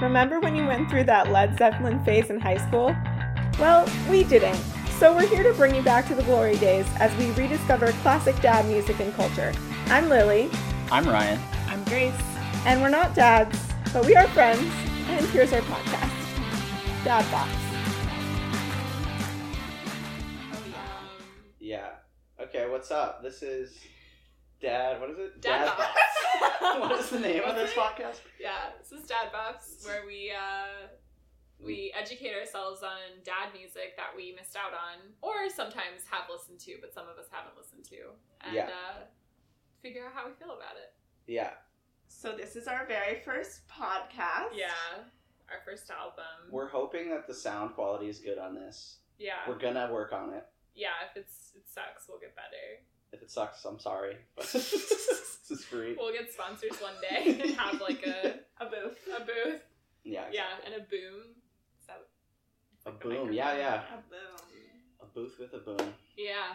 Remember when you went through that Led Zeppelin phase in high school? Well, we didn't. So we're here to bring you back to the glory days as we rediscover classic dad music and culture. I'm Lily, I'm Ryan. I'm Grace. and we're not dads, but we are friends, and here's our podcast Dad Box. Yeah. Okay, what's up? This is Dad. What is it? Dad Box. what is the name of this podcast? Yeah, this is Dad Box, where we uh, we educate ourselves on dad music that we missed out on, or sometimes have listened to, but some of us haven't listened to, and Yeah. uh, figure out how we feel about it. Yeah. So this is our very first podcast. Yeah, our first album. We're hoping that the sound quality is good on this. yeah, We're gonna work on it. yeah. If it's it sucks, we'll get better. If it sucks, I'm sorry. But this is free. We'll get sponsors one day and have like a A booth. a booth, Yeah. yeah, and a boom. Is that A like the boom. microphone? Yeah, yeah. A boom. A booth with a boom. Yeah.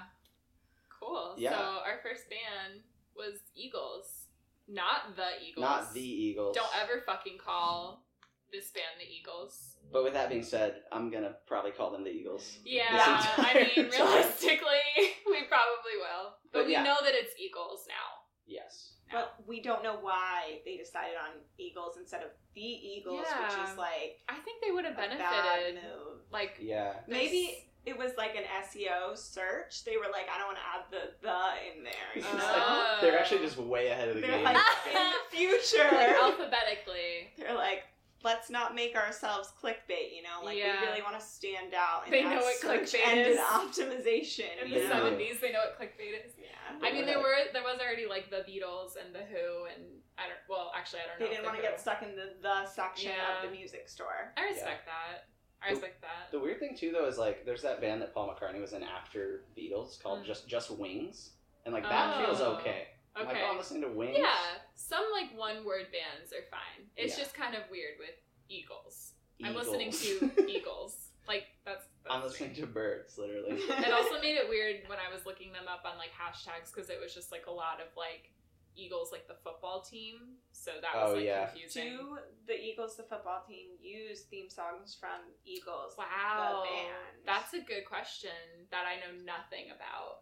Cool. Yeah. So our first band was Eagles. Not the Eagles. Not the Eagles. Don't ever fucking call this band the Eagles. But with that being said, I'm gonna probably call them the Eagles. Yeah, Yeah. I mean, realistically, we probably will. But, But we yeah. know that it's Eagles now. Yes. But we don't know why they decided on Eagles instead of the Eagles, which Yeah. is like I think they would have a bad benefited. move. Like, Yeah. Maybe it was like an SEO search. They were like, I don't want to add the the in there. You know? Oh. They're actually just way ahead of the They're game. like in the like, future. alphabetically. They're like, let's not make ourselves clickbait. You know, like Yeah. we really want to stand out. And They have know what search clickbait engine is. optimization. In You the Yeah. know? seven- 70s, they know what clickbait is. Yeah. I mean, there were there was already like the Beatles and the Who, and I don't. Well, actually, I don't They know. if didn't The want to Who- get stuck in the the section Yeah. of the music store. I respect that. I The- respect that. The weird thing too, though, is like there's that band that Paul McCartney was in after Beatles called Mm. just just Wings, and like that Oh. feels okay. I'm like, okay. oh, I'm listening to Wings. yeah, some like one word bands are fine. It's Yeah. just kind of weird with eagles. I'm Eagles. listening to eagles. Like that's. that's I'm listening to birds, literally. weird. It also made it weird when I was looking them up on like hashtags because it was just like a lot of like eagles, like the football team. So that was Oh, like yeah. confusing. Do the Eagles, the football team, use theme songs from Eagles? Wow, the band. that's a good question that I know nothing about.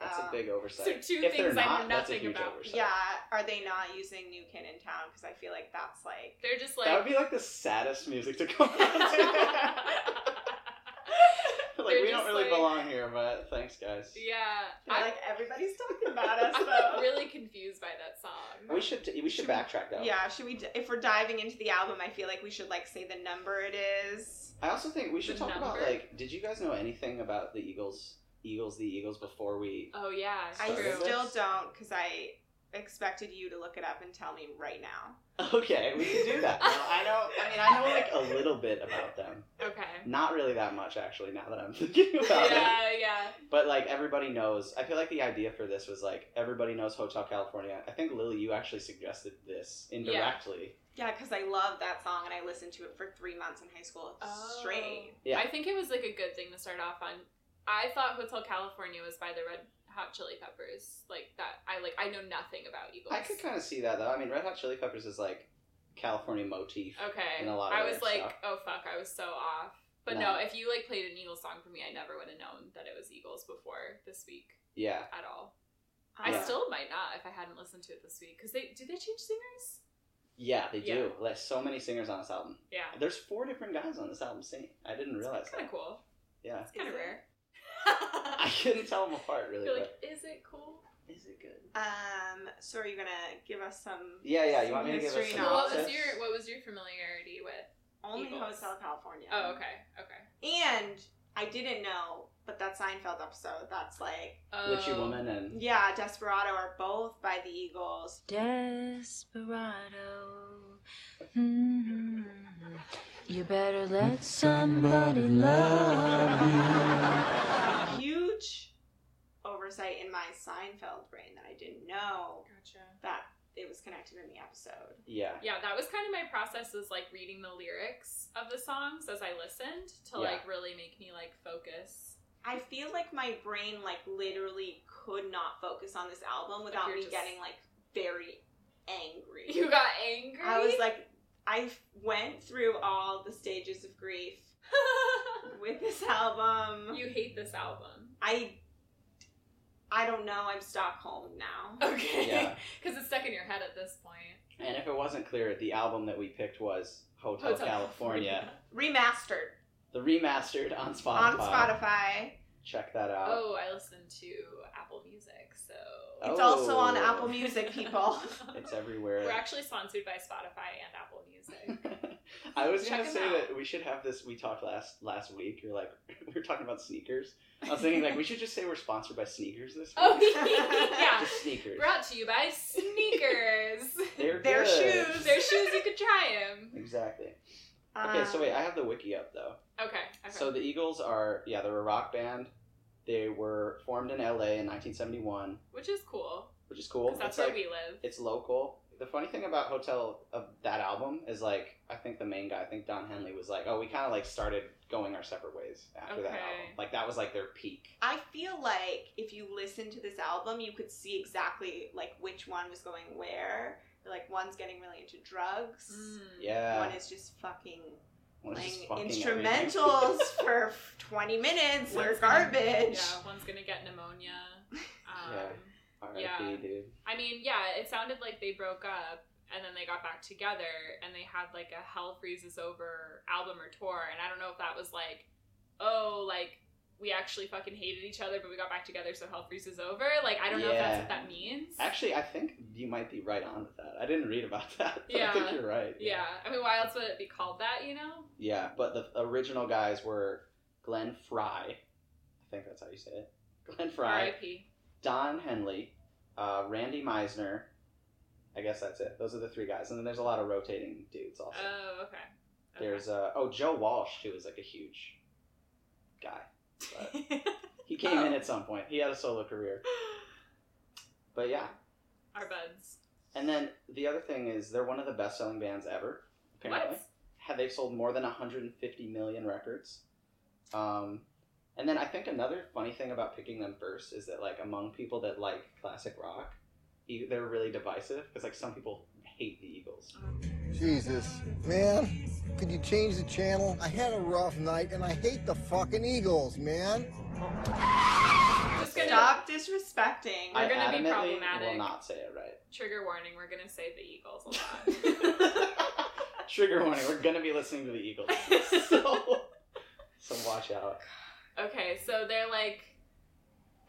That's a Um, big So oversight. two if they're things I know not, that's a nothing huge about. oversight. Yeah, are they not using New Kid in Town? Because I feel like that's like They're just like that would be like the saddest music to come on to. like They're we don't just really like- belong here, but thanks, guys. yeah, they're I, like everybody's talking about us I'm though. like really confused by that song. We should we should Should we- backtrack though. Yeah, should we? d- If we're diving into the album, I feel like we should like say the number it is. I also think we should The talk about number? like, did you guys know anything about the Eagles? Eagles, the Eagles before we Oh yeah, I Sorry. true. still don't because I expected you to look it up and tell me right now. Okay, we can do that. Now, I know. I mean, I know like a little bit about them. okay. Not really that much, actually. Now that I'm thinking about it, Yeah, yeah. but like everybody knows. I feel like the idea for this was like everybody knows Hotel California. I think Lily, you actually suggested this indirectly. Yeah, because I love that song and I listened to it for three months in high school straight. Yeah. Oh. I think it was like a good thing to start off on. I thought Hotel California was by the Red Hot Chili Peppers. Like that. I like. I know nothing about Eagles. I could kind of see that though. I mean, Red Hot Chili Peppers is like California motif. Okay. in a lot of I their was like, stuff. oh fuck, I was so off. But No. no. if you like played an Eagles song for me, I never would have known that it was Eagles before this week Yeah, at all. Yeah. Um, I still might not if I hadn't listened to it this week because they do they change singers? yeah, they do. Yeah. Like so many singers on this album. Yeah, There's four different guys on this album singing. I didn't realize it's kind that. of cool. Yeah, It's kind Is of it? rare. I couldn't tell them apart really. You're But like, is it cool? is it good? Um, so are you gonna give us some? Yeah, yeah. You some want me to give a history synopsis? No. Well, what Synopsis? was your what was your familiarity with? Only Eagles. Hotel California. Oh, okay, okay. And I didn't know, but that Seinfeld episode, that's like, Oh, Witchy Woman and yeah, Desperado are both by the Eagles. Desperado. Mhm. You better let somebody love you. Huge oversight in my Seinfeld brain that I didn't know Gotcha. that it was connected in the episode. yeah. Yeah, that was kind of my process was like reading the lyrics of the songs as I listened to Yeah. like really make me like focus. I feel like my brain like literally could not focus on this album without you're me just- getting like very angry. You got angry. I was like, I f- went through all the stages of grief with this album. you hate this album. I I don't know. I'm Stockholm now. Okay. Yeah. Because it's stuck in your head at this point. And if it wasn't clear, the album that we picked was Hotel, California, Remastered the remastered on Spotify. on Spotify. Check that out. Oh, I listen to Apple Music, so. It's Oh. also on Apple Music, people. It's everywhere. We're actually sponsored by Spotify and Apple Music. I was Check gonna 'em say out. that we should have this. We talked last last week. You're like we were talking about sneakers. I was thinking like we should just say we're sponsored by sneakers this week. Oh, yeah. just sneakers. Brought to you by sneakers. They're Their good. shoes. Their shoes, you could try them. Exactly. Okay, so Um, wait, I have the wiki up though. Okay. okay. So the Eagles are yeah they're a rock band. They were formed in L.A. in 1971, Which is cool. which is cool. Because that's it's where like we live. it's local. The funny thing about Hotel of that album is like I think the main guy, I think Don Henley was like, oh, we kind of like started going our separate ways after that Okay. album. Like that was like their peak. I feel like if you listen to this album, you could see exactly like which one was going where. Like one's getting really into drugs. Mm. Yeah, One is just fucking One is playing just fucking everything. instrumentals for f- 20 minutes. They're One's gonna- garbage. yeah, one's gonna get pneumonia. Um, Yeah. R.I.P. Yeah. dude. I mean, yeah, it sounded like they broke up and then they got back together and they had like a Hell Freezes Over album or tour. And I don't know if that was like, oh, like we actually fucking hated each other, but we got back together, so Hell Freezes Over. Like, I don't know if that's Yeah. what that means. Actually, I think you might be right on with that. I didn't read about that. But I Yeah. think you're right. yeah. I mean, why else would it be called that, you know? Yeah, but the original guys were Glenn Fry. I think that's how you say it. Glenn Fry, R.I.P. Don Henley, uh, Randy Meisner. I guess that's it. Those are the three guys. And then there's a lot of rotating dudes also. Oh, okay. okay. there's uh oh Joe Walsh who was like a huge guy. But he came in Oh. at some point. He had a solo career. But yeah. Our buds. And then the other thing is they're one of the best selling bands ever, apparently. What? had they've sold more than 150 million records. Um, and then I think another funny thing about picking them first is that like among people that like classic rock, e- they're really divisive because like some people hate the Eagles. Jesus, man, could you change the channel? I had a rough night and I hate the fucking Eagles, man. Just gonna Stop disrespecting. We're I gonna be adamantly problematic. Will not say it right. trigger warning. We're gonna say the Eagles a lot. Trigger warning: We're gonna be listening to the Eagles, so so watch out. Okay, so they're like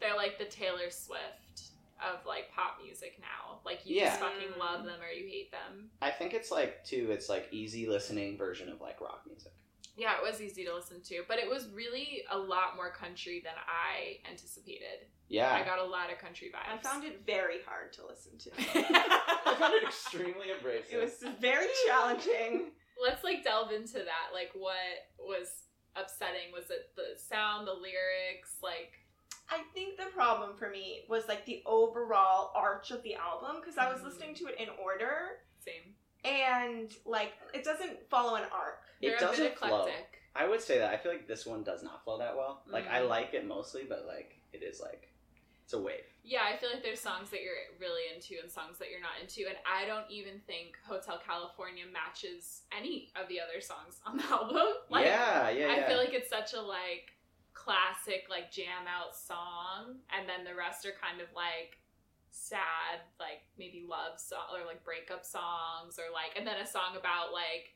they're like the Taylor Swift of like pop music now. Like you just Yeah. fucking love them or you hate them. I think it's like too. It's like easy listening version of like rock music. Yeah, it was easy to listen to, but it was really a lot more country than I anticipated. Yeah, I got a lot of country I vibes. found it very hard to listen to. I found it extremely abrasive. it was very challenging. Let's like delve into that. Like what was upsetting? Was it the sound, the lyrics, like I think the problem for me was like the overall arch of the album because I was Mm. Mhm. listening to it in order same? and like it doesn't follow an arc. it They're a bit doesn't flow. eclectic. I would say that. I feel like this one does not flow that well. Like I Mhm. like it mostly, but like it is like it's a wave. Yeah, I feel like there's songs that you're really into and songs that you're not into, and I don't even think Hotel California matches any of the other songs on the album. Like, yeah, yeah, yeah. I feel like it's such a like classic like jam out song, and then the rest are kind of like sad, like maybe love song or like breakup songs, or like, and then a song about like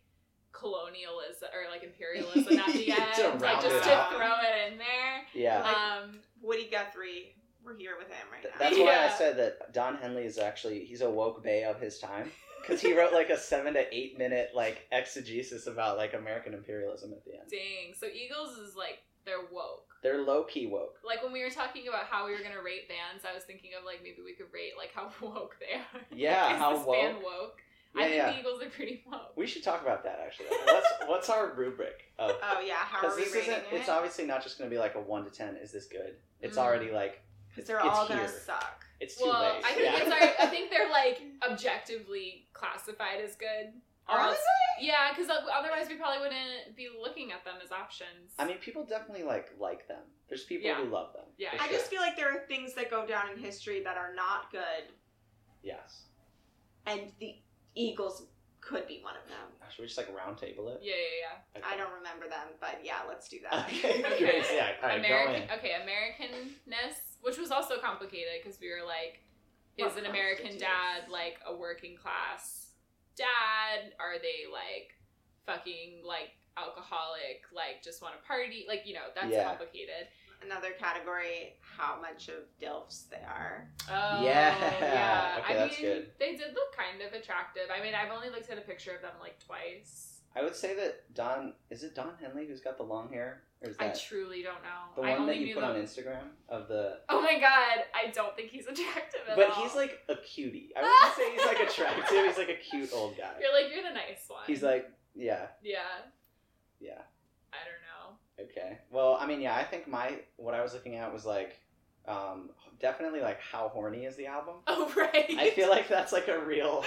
colonialism or like imperialism at the To end, like round just it to out. throw it in there. yeah. Like, Um, Woody Guthrie, we're here with him right Th- now. That's why I Yeah. said that Don Henley is actually he's a woke bay of his time because he wrote like a seven to eight minute like exegesis about like American imperialism at the end. dang, so Eagles is like they're woke. They're low key woke. like when we were talking about how we were gonna rate bands, I was thinking of like maybe we could rate like how woke they are. Yeah, Is how this band woke? I Yeah, think yeah. the Eagles are pretty woke. We should talk about that actually. What's what's our rubric of Oh yeah, how are because we this rating isn't. it? It's obviously not just going to be like a one to ten. Is this good? It's Mm. already like Because they're it's all gonna here. suck. it's too well, late. I think yeah. it's our, I think they're like objectively classified as good. Or Are else- yeah, because otherwise we probably wouldn't be looking at them as options. I mean, people definitely like like them. There's people Yeah. who love them. Yeah. for I sure. just feel like there are things that go down in history that are not good, yes. and the Eagles could be one of them. Gosh, Should we just like round table it? Yeah, yeah, Okay. I don't remember them, but yeah, let's do that. Okay. Okay. Great. Yeah. All yeah. right. American. Go in. Okay, Americanness, which was also complicated because we were like, What is an American constitutes? dad like a working class dad? Are they like fucking like alcoholic? Like just want to party? Like you know that's Yeah. complicated. Another category: how much of dilfs they are. Oh, Yeah. yeah. Okay, I that's mean, good. they did look kind of attractive. I mean, I've only looked at a picture of them like twice. I would say that Don is it Don Henley who's got the long hair, or is I that truly don't the know. I one only that you knew put them. on Instagram of the? Oh my god, I don't think he's attractive at But all. he's like a cutie. I wouldn't say he's like attractive. He's like a cute old guy. You're like, you're the nice one. He's like, yeah, yeah, yeah, I don't know. okay. Well, I mean, yeah, I think my what I was looking at was like, um, definitely like how horny is the album. Oh, right. I feel like that's like a real.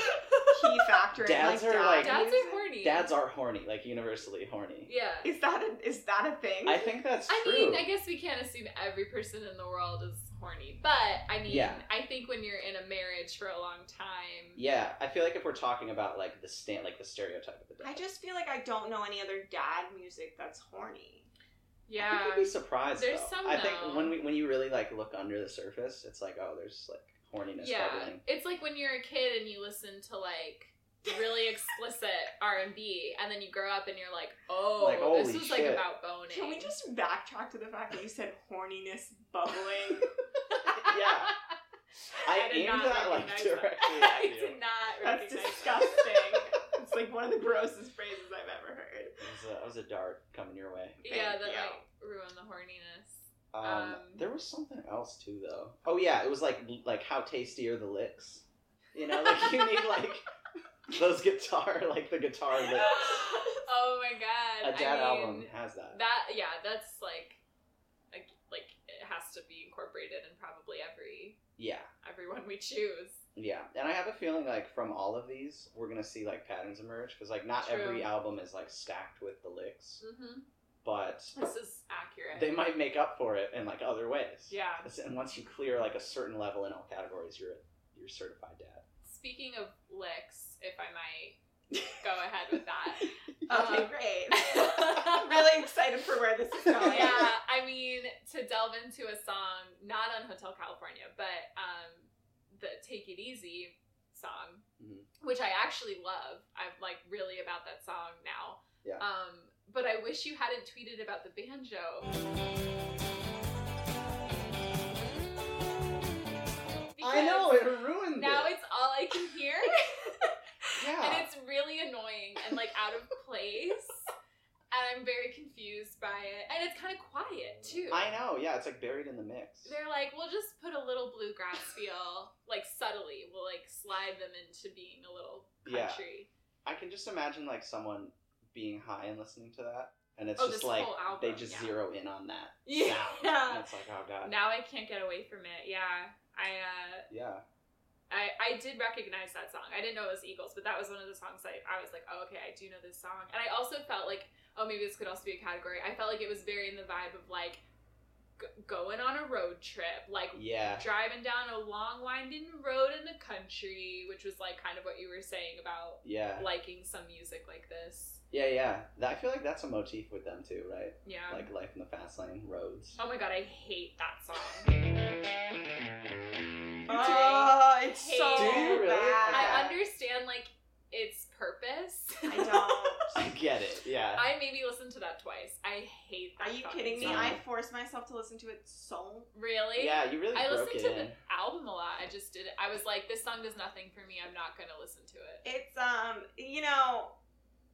Key factor. in, Dads like, are, dad like- Dads music. are horny. Dads are horny, like universally horny. Yeah. Is that a, is that a thing? I think that's I true. mean, I guess we can't assume every person in the world is horny, but I mean, Yeah. I think when you're in a marriage for a long time, Yeah, I feel like if we're talking about like the stand, like the stereotype of the dad, I just feel like I don't know any other dad music that's horny. I think yeah, you'd be surprised. There's though. some, I though. think when we when you really like look under the surface, it's like oh, there's like horniness yeah. bubbling. It's like when you're a kid and you listen to like really explicit R and B, and then you grow up and you're like, oh, Like, this holy was like shit. about boning. Can we just backtrack to the fact that you said horniness bubbling? yeah, I, did aimed not that like recognize directly that. at I you. did not That's recognize that. disgusting. it's like one of the grossest phrases I've ever heard. It was, a, it was a dart coming your way. Yeah, that Thank you. like ruined the horniness. Um, Um, there was something else too, though. Oh yeah, it was like like how tasty are the licks? You know, like you need like those guitar, like the guitar licks. oh my god! A dad I mean, album has that. That yeah, that's like, like, like it has to be incorporated in probably every Yeah, everyone we choose. yeah. And I have a feeling like from all of these, we're gonna see like patterns emerge because like not True. every album is like stacked with the licks, hmm but This is accurate. they might make up for it in like other ways. Yeah. And once you clear like a certain level in all categories, you're you're certified dad. Speaking of licks, if I might go ahead with that. Okay, Um, great. I'm really excited for where this is going. yeah, I mean, to delve into a song, not on Hotel California, but um, the Take It Easy song, Mhm. which I actually love. I'm like really about that song now. Yeah. Um, but I wish you hadn't tweeted about the banjo. I know it ruined Now it. it's all I can hear. yeah. and it's really annoying and like out of place. And I'm very confused by it. And it's kind of quiet too. I know, yeah, it's like buried in the mix. They're like, we'll just put a little bluegrass feel, like subtly. We'll like slide them into being a little Yeah. country. I can just imagine like someone being high and listening to that, and it's Oh, just this like whole album, they just yeah. zero in on that. Yeah. sound. And it's like oh god, Now I can't get away from it. Yeah, I uh, yeah, I I did recognize that song. I didn't know it was Eagles, but that was one of the songs I I was like, oh okay, I do know this song. And I also felt like, oh maybe this could also be a category. I felt like it was very in the vibe of like g- going on a road trip, like yeah, driving down a long winding road in the country, which was like kind of what you were saying about yeah, liking some music like this. yeah, yeah. That, I feel like that's a motif with them too, right? Yeah. Like life in the fast lane, roads. oh my god, I hate that song. Oh, it's Hey. so Do you really? bad. I understand like its purpose. I don't. I get it. Yeah, I maybe listened to that twice. I hate that. Are you fucking kidding me? song. I force myself to listen to it so. Really? yeah. You really I broke listened it to in. the album a lot. I just did it. I was like, this song does nothing for me. I'm not gonna listen to it. It's um, you know,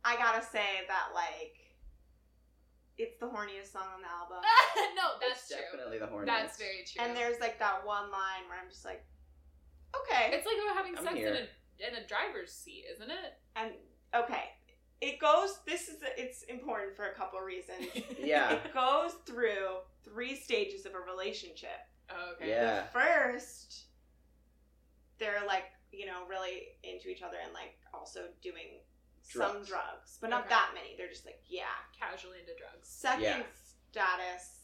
I gotta say that like, it's the horniest song on the album. no, that's It's true. Definitely the horniest. That's very true. and there's like that one line where I'm just like, okay, it's like we're having I'm sex in a here. in a driver's seat, isn't it? and okay, it goes. This is it's important for a couple reasons. Yeah, it goes through three stages of a relationship. Oh, okay. yeah, First, they're like, you know, really into each other and like also doing some Drugs. drugs, but not Okay. that many. They're just like, yeah. Casually into drugs. Second Yeah. status,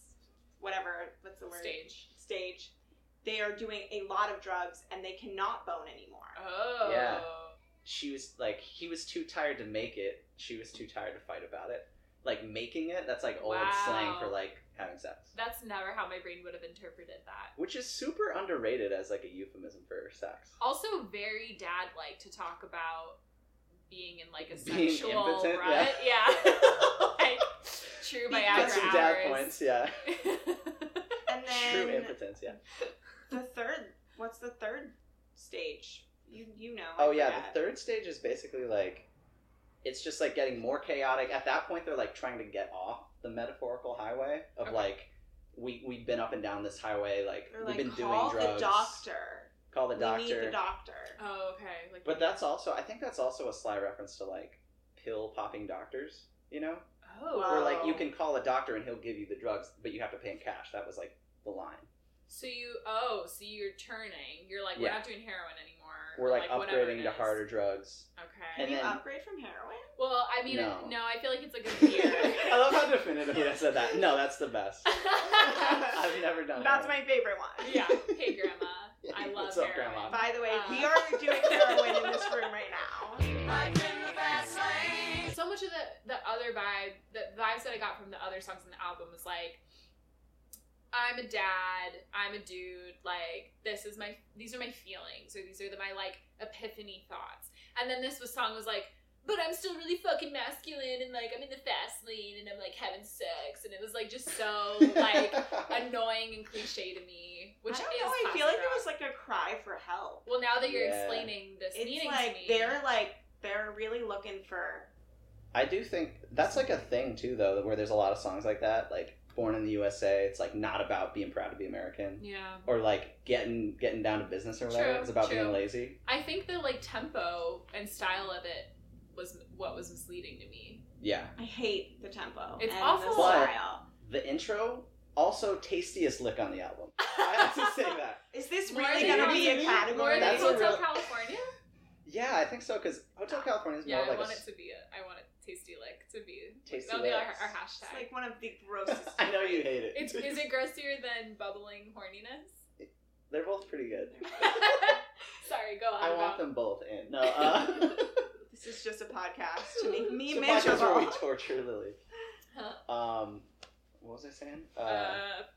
whatever, what's the word? Stage. Stage. They are doing a lot of drugs and they cannot bone anymore. Oh. Yeah. she was like he was too tired to make it. She was too tired to fight about it. Like making it, that's like old slang Wow. for like having sex. That's never how my brain would have interpreted that. which is super underrated as like a euphemism for sex. Also, very dad like to talk about being in like a Being sexual impotent, rut. Yeah. like, true by Got hours. some dad points, yeah. And True then impotence, yeah. the third. What's the third stage? You you know. I Oh yeah, forgot. the third stage is basically like it's just like getting more chaotic. At that point they're like trying to get off the metaphorical highway of Okay. like we we've been up and down this highway like They're we've like, been doing call drugs. the doctor. Call the We need the doctor. doctor. oh, okay. Like, But that's also I think that's also a sly reference to like pill popping doctors, you know? oh, Where like you Oh. can call a doctor and he'll give you the drugs, but you have to pay in cash. That was like the line. So you oh, so you're turning. You're like we're Yeah. not doing heroin anymore. We're or, like, whatever it upgrading to is. harder drugs. Okay. Can and you then- upgrade from heroin? well, I mean, No. no. I feel like it's like a beer. I love how definitive I said that. No, that's the best. I've never done. That's heroin. my favorite one. yeah. Hey, grandma. I love What's up, heroin. Grandma? By the way, we Uh. are doing heroin in this room right now. So much of the the other vibe, the vibes that I got from the other songs on the album was like, I'm a dad, I'm a dude, like this is my these are my feelings or these are the, my like epiphany thoughts. And then this was song was like, but I'm still really fucking masculine and like I'm in the fast lane and I'm like having sex and it was like just so like annoying and cliche to me. Which I don't is know. I classic feel like rock. it was like a cry for help. well now that you're Yeah. explaining this It's meaning to like me, they're like they're really looking for. I do think that's like a thing too, though, where there's a lot of songs like that, like "Born in the USA." It's like not about being proud to be American, yeah. or like getting getting down to business or whatever. True, it's about true. being lazy. I think the like tempo and style of it was what was misleading to me. Yeah. I hate the tempo. It's and awful. The style. The intro also tastiest lick on the album. I have to say that. Is this More really than- going to be a more category? More than That's a Hotel real- California? Yeah, I think so because Hotel California is yeah, more I like want a it to be. A, I want it tasty lick to be. Tasty That'll be our, Licks. our It's hashtag. like one of the grossest. I know you hate it. it's is it grossier than bubbling horniness? They're both pretty good. Sorry, go on. I about- want them both in. No, uh, This is just a podcast to make me so podcast where we miserable. torture Lily. Huh. Um, what was I saying? Uh, Uh,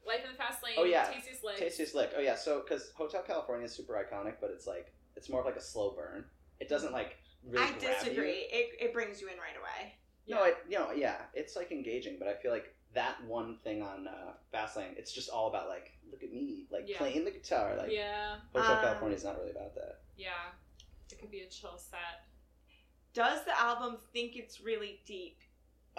Life in the Fast Lane. oh, yeah. Tastiest lick. Tastiest lick. Oh yeah, so because Hotel California is super iconic, but it's like it's more of like a slow burn. It doesn't like really. I grab you. disagree. It, it brings you in right away. No, it, you know, yeah, it's like engaging, but I feel like that one thing on uh, Fastlane, it's just all about like, look at me, like Yeah. playing the guitar. Like yeah, Hotel Um, California is not really about that. yeah. It could be a chill set. Does the album think it's really deep?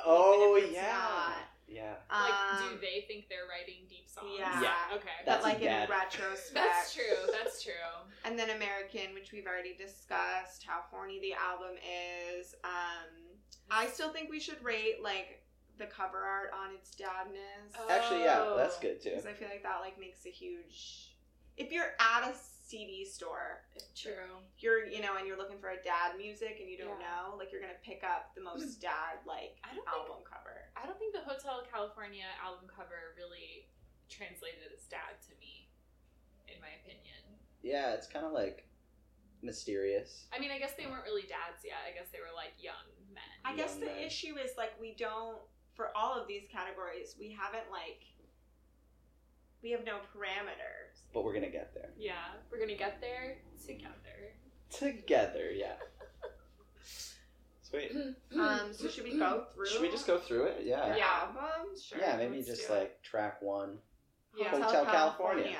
Oh it's yeah, not- yeah. Like, do Um, they think they're writing deep songs? Yeah. Yeah. Okay. But That's like in bad. retrospect, That's true. That's true. And then American, which we've already discussed, how horny the album is. Um, I still think we should rate like the cover art on its dadness Actually, yeah, Oh. that's good too. because I feel like that like makes a huge. If you're at a CD store, if True. you're you know, and you're looking for a dad music and you don't Yeah. know, like you're gonna pick up the most dad like I don't think- album cover. I don't think the Hotel California album cover really translated as dad to me, in my opinion. Yeah, it's kind of like mysterious. I mean, I guess they weren't really dads yet. I guess they were like young men. I guess Young the man. issue is like we don't for all of these categories we haven't like we have no parameters. but we're gonna get there yeah, we're gonna get there together. together. Yeah. Sweet. Um, so should we go through? Um, Should we just go through it? Yeah. the Yeah. albums? Sure. Yeah, maybe let's just do it. like track one, Yeah. Hotel California.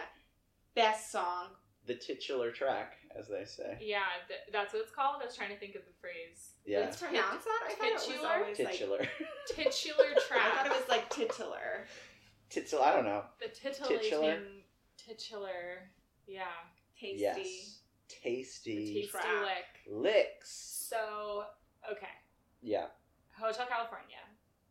Best song. the titular track, as they say. Yeah, th- that's what it's called. I was trying to think of the phrase. Yeah. It's pronounced that? I thought it was Titular? always like. titular. Titular I thought track. it was like titular. titular. I don't know. the titillating. Titular? Titular. Yeah. Tasty. Yes. The Tasty. tasty track. lick. licks. So, okay. Yeah. Hotel California.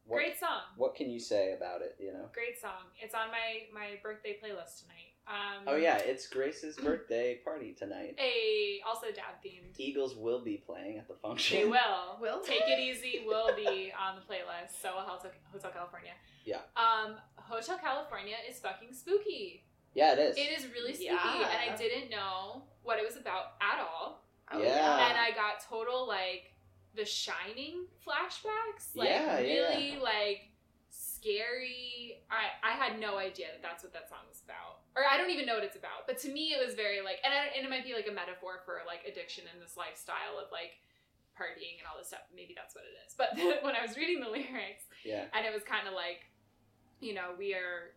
What, Great song. What can you say about it? You know. Great song. It's on my my birthday playlist tonight. Um, Oh yeah, it's Grace's birthday party tonight. A also dad themed. Eagles will be playing at the function. They will. Will take it easy. Will be on the playlist. So will Hotel, Hotel California. Yeah. Um, Hotel California is fucking spooky. Yeah, it is. It is really spooky, Yeah. and I didn't know what it was about at all. Oh, Yeah. and I got total like the shining flashbacks. Like Yeah, yeah. really like scary. I I had no idea that that's what that song was about. Or I don't even know what it's about. But to me it was very like and, I, and it might be like a metaphor for like addiction and this lifestyle of like partying and all this stuff. Maybe that's what it is. But when I was reading the lyrics Yeah. and it was kind of like you know we are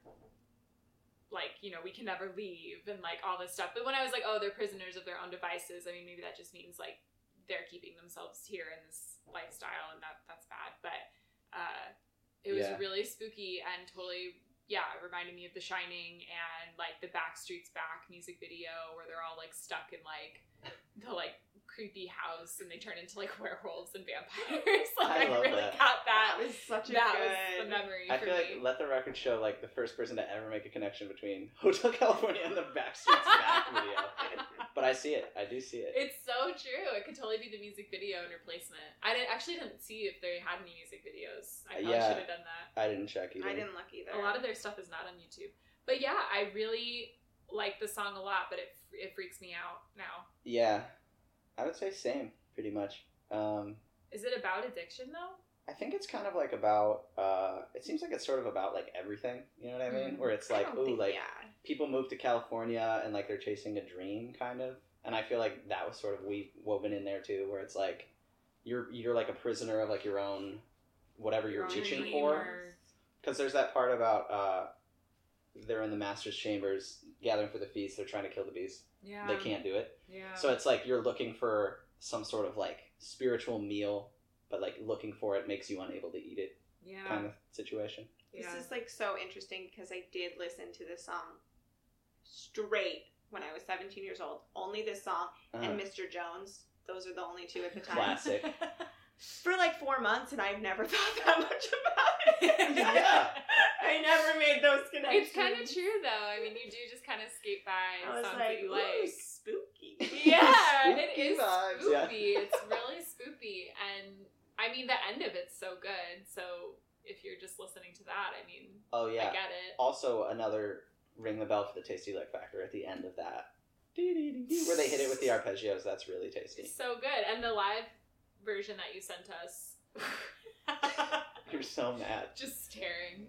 like you know we can never leave and like all this stuff but when i was like oh they're prisoners of their own devices i mean maybe that just means like they're keeping themselves here in this lifestyle and that that's bad but uh it was Yeah. really spooky and totally yeah it reminded me of the shining and like the backstreets back music video where they're all like stuck in like the like creepy house and they turn into like werewolves and vampires like I love really that. got that That was such a that was good. the memory I for feel like me. let the record show like the first person to ever make a connection between Hotel California and the Backstreet's Back video. But I see it. I do see it. it's so true. It could totally be the music video and replacement. I didn't, actually didn't see if they had any music videos. I probably Yeah. should have done that. I didn't check either. I didn't look either. A lot of their stuff is not on YouTube. But yeah, I really like the song a lot, but it it freaks me out now. Yeah, I would say same pretty much. Um, Is it about addiction though? I think it's kind of like about. Uh, it seems like it's sort of about like everything. You know what I mean? Mhm. Where it's Mm-hmm. I like, don't ooh, think- like yeah. people move to California and like they're chasing a dream, kind of. And I feel like that was sort of we woven in there too, where it's like you're you're like a prisoner of like your own whatever you're Your own reaching Dream for. or- because there's that part about uh, they're in the master's chambers gathering for the feast. They're trying to kill the beast. Yeah. they can't do it. Yeah. So it's like you're looking for some sort of like spiritual meal, but like looking for it makes you unable to eat it, yeah. kind of situation. yeah. This is like so interesting because I did listen to this song straight when I was 17 years old. Only this song Uh, and Mr. Jones. Those are the only two at the time. Classic. For like four months, and I've never thought that much about it. Yeah. I never made those connections. It's kind of true though. I mean, you do just kind of skate by I was songs like, that you "Ooh, like. spooky. yeah, it Spooky is vibes, spoopy. yeah. It's really spoopy, and I mean the end of it's so good. So if you're just listening to that, I mean, oh I yeah. get it. Also another ring the bell for the tasty lick factor at the end of that. Dee-dee-dee-dee, Where they hit it with the arpeggios, that's really tasty. It's so good, and the live version that you sent us, You're so mad. just staring.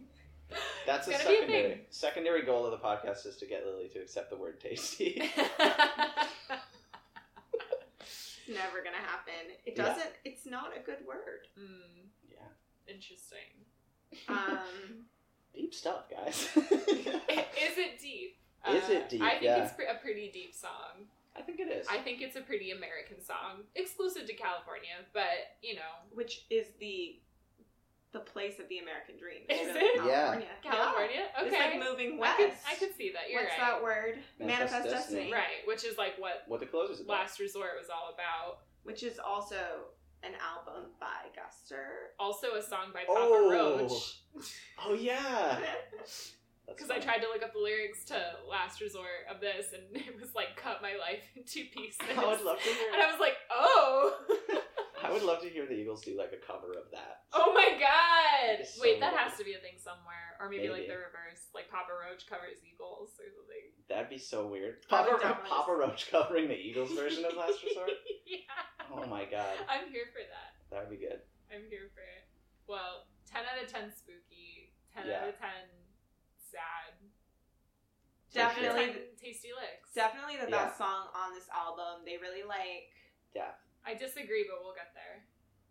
That's a It's gotta be a secondary thing. secondary goal of the podcast is to get Lily to accept the word tasty. It's never gonna happen. It Yeah. doesn't. It's not a good word. Hmm, yeah. interesting. Um, Deep stuff, guys. Is it deep? Uh, Is it deep? I think Yeah. it's pre- a pretty deep song. I think it is. I think it's a pretty American song, exclusive to California, but you know, which is the the place of the American dream. Is Really, it? Yeah. California. California. Yeah. Okay, It's like moving I west. could, I could see that. You're What's right. that word? Manifest Manifest, destiny. destiny. Right, which is like what what the closers about. Last Resort was all about. Which is also an album by Guster. Also, a song by Papa Oh. Roach. Oh yeah. That's Because I funny. tried to look up the lyrics to Last Resort of this, and it was like cut my life into pieces. I would love to and I hear. was like, oh, I would love to hear the Eagles do like a cover of that. oh my god! It's so Wait, that good. has to be a thing somewhere, or maybe, like Maybe. the reverse, like Papa Roach covers Eagles or something. That'd be so weird. I Papa, would definitely- Papa Roach covering the Eagles version of Last Resort. yeah, Oh my god, I'm here for that. that would be good. I'm here for it. Well, 10 out of 10 spooky, 10 out of 10 sad. For sure. Definitely. 10 tasty licks. Definitely the Yeah. best song on this album. They really like. I disagree, but we'll get there.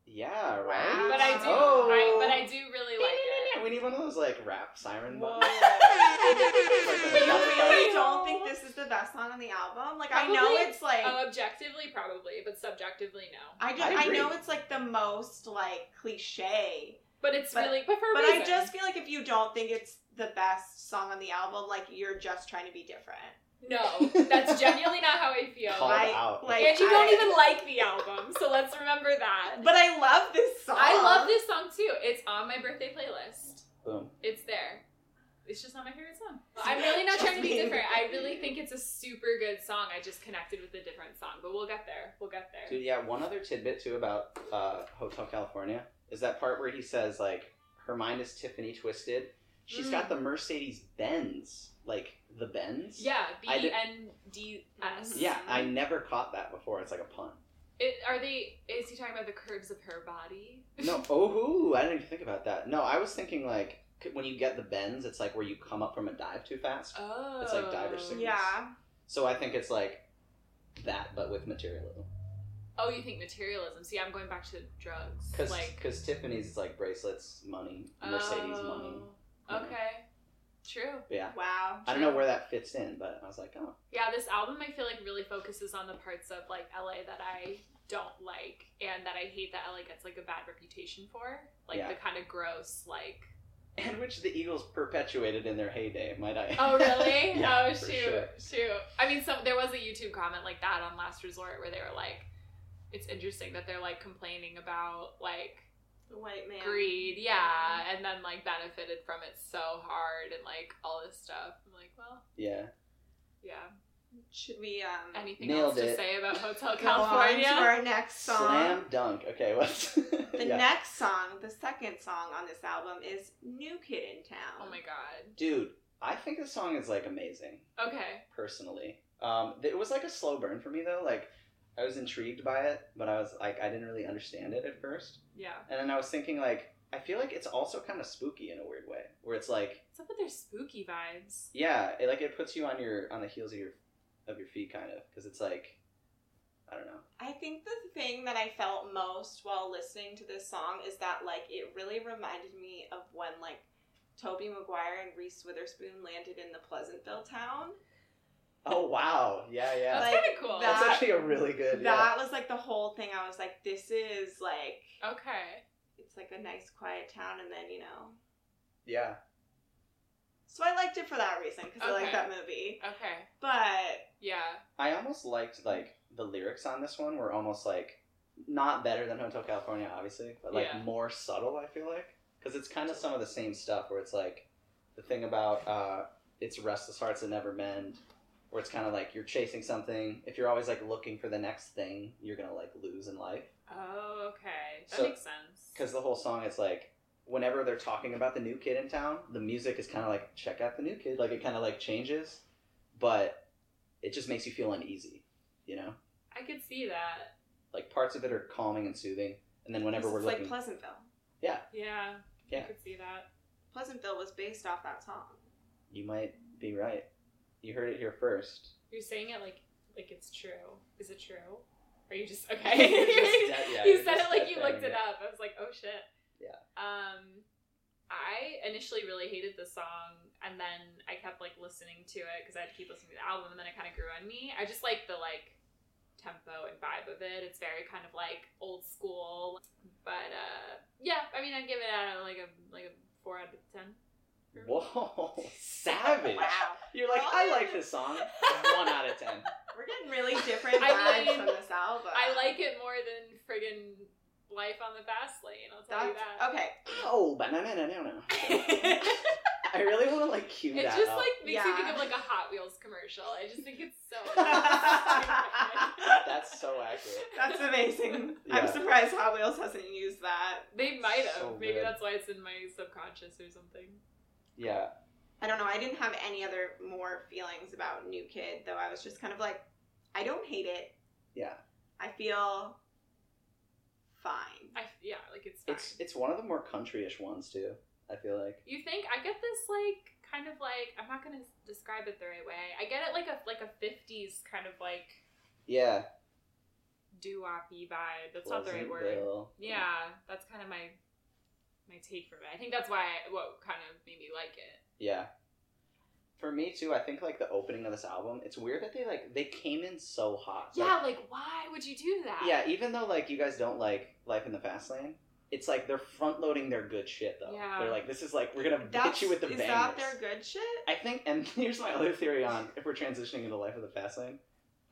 Yeah, right. Wow. But I do, Oh. I, but I do really like it. We need one of those like rap siren Whoa. buttons. you really don't Wow. think this is the best song on the album? Like Probably- I know it's like Oh, objectively, probably, but subjectively, no. I just I I, agree. know it's like the most like cliche But it's But- really, but for a But I reason. just feel like if you don't think it's the best song on the album, like you're just trying to be different. no. That's genuinely not how I feel. Called Like- out. like- and you I- don't even like the album, so let's remember that. But uh, I love this song. I love this song too. It's on my birthday playlist. Boom. It's there. It's just not my favorite song. I'm really not trying to be Just me. different. I really think it's a super good song. I just connected with a different song, but we'll get there. We'll get there. Dude, yeah. One other tidbit too about uh, Hotel California is that part where he says like, "Her mind is Tiffany twisted. She's Mm. got the Mercedes Benz, like the Benz. Yeah, B I did- N D S. Yeah, I never caught that before. It's like a pun. It, are they? Is he talking about the curves of her body? No, oh, ooh, I didn't even think about that. No, I was thinking like c- when you get the bends, it's like where you come up from a dive too fast. Oh, It's like diver suit. Yeah. So I think it's like that, but with materialism. Oh, you think materialism? See, I'm going back to drugs. Because like Tiffany's is like bracelets, money, Mercedes money. oh, Okay, true. Yeah. Wow. I don't know where that fits in, but I was like, oh, Yeah, this album I feel like really focuses on the parts of like LA that I don't like and that I hate that LA gets like a bad reputation for, like Yeah. the kind of gross like. and which the Eagles perpetuated in their heyday, might I? Oh really? Yeah, oh for shoot, sure. shoot. I mean, some there was a YouTube comment like that on Last Resort where they were like, "It's interesting that they're like complaining about like The white man. greed, yeah, and then like benefited from it so hard and like all this stuff." I'm like, well, Yeah. yeah. Should we um Anything Nailed else it. to say about Hotel go on to California? our next song? Slam dunk. Okay, what's The yeah. next song, the second song on this album, is "New Kid in Town." Oh my god. Dude, I think this song is like amazing. Okay. personally. Um, th- it was like a slow burn for me though. Like I was intrigued by it, but I was like I didn't really understand it at first. Yeah. And then I was thinking like I feel like it's also kind of spooky in a weird way, where it's like What's up with their spooky vibes? yeah, it, like it puts you on your on the heels of your of your feet kind of because it's like I don't know. I think the thing that I felt most while listening to this song is that like it really reminded me of when like Toby Maguire and Reese Witherspoon landed in the Pleasantville town. Oh wow, yeah, yeah. That's Like, kind of cool. That's that- actually a really good. That was like the whole thing. I was like, this is like okay. it's like a nice quiet town, and then you know. yeah, So I liked it for that reason because I Okay. like that movie. Okay. But Yeah. I almost liked like the lyrics on this one were almost like not better than Hotel California, obviously, but like Yeah. more subtle. I feel like because it's kind of some of the same stuff where it's like the thing about uh, it's restless hearts that never mend, where it's kind of like you're chasing something. If you're always like looking for the next thing, you're gonna like lose in life. Oh, okay. That So- makes sense. Because the whole song is like whenever they're talking about the new kid in town, the music is kind of like check out the new kid. Like it kind of like changes, but it just makes you feel uneasy. You know. I could see that. like parts of it are calming and soothing and then whenever it's we're like looking Pleasantville. Yeah. I Yeah. could see that. Pleasantville was based off that song. you might be right you heard it here first You're saying it like like it's true. Is it true? Are you just okay? de- yeah, you you're said it just like you dead looked banging it it. up. I was like, oh shit. Yeah. Um, I initially really hated the song, and then I kept like listening to it because I had to keep listening to the album, and then it kind of grew on me. I just like the like tempo and vibe of it. It's very kind of like old school, but uh, yeah. I mean, I'd give it out of like a like a four out of ten. whoa savage Wow, you're like i like this song one out of ten we're getting really different vibes I mean, from this album. I like it more than friggin' life on the fast lane. I'll tell That's, you that. okay. oh but no no no no no i really want to like cue It that just up. like makes me think Yeah. of like a Hot Wheels commercial. I just think it's so. that's so accurate That's amazing. I'm Yeah. surprised Hot Wheels hasn't used that. They might have. So Maybe good. that's why it's in my subconscious or something. yeah I don't know. I didn't have any other more feelings about New Kid, though. I was just kind of like, I don't hate it. yeah I feel fine. I yeah, like it's. Fine. it's it's one of the more country-ish ones too i feel like You think I get this like kind of like I'm not gonna describe it the right way. I get it like a like a 50s kind of like yeah doo y vibe. That's not the right word. Pleasantville. Yeah, that's kind of my my take from it. I think that's why I, what kind of made me like it. Yeah. For me too, I think like the opening of this album, it's weird that they like they came in so hot. Yeah, Like, like why would you do that? yeah, even though like you guys don't like Life in the Fast Lane, it's like they're front loading their good shit though. Yeah. They're like, this is like we're gonna hit That's, you with the is bangers. that their good shit? I think and here's my other theory on if we're transitioning into Life of the Fast Lane.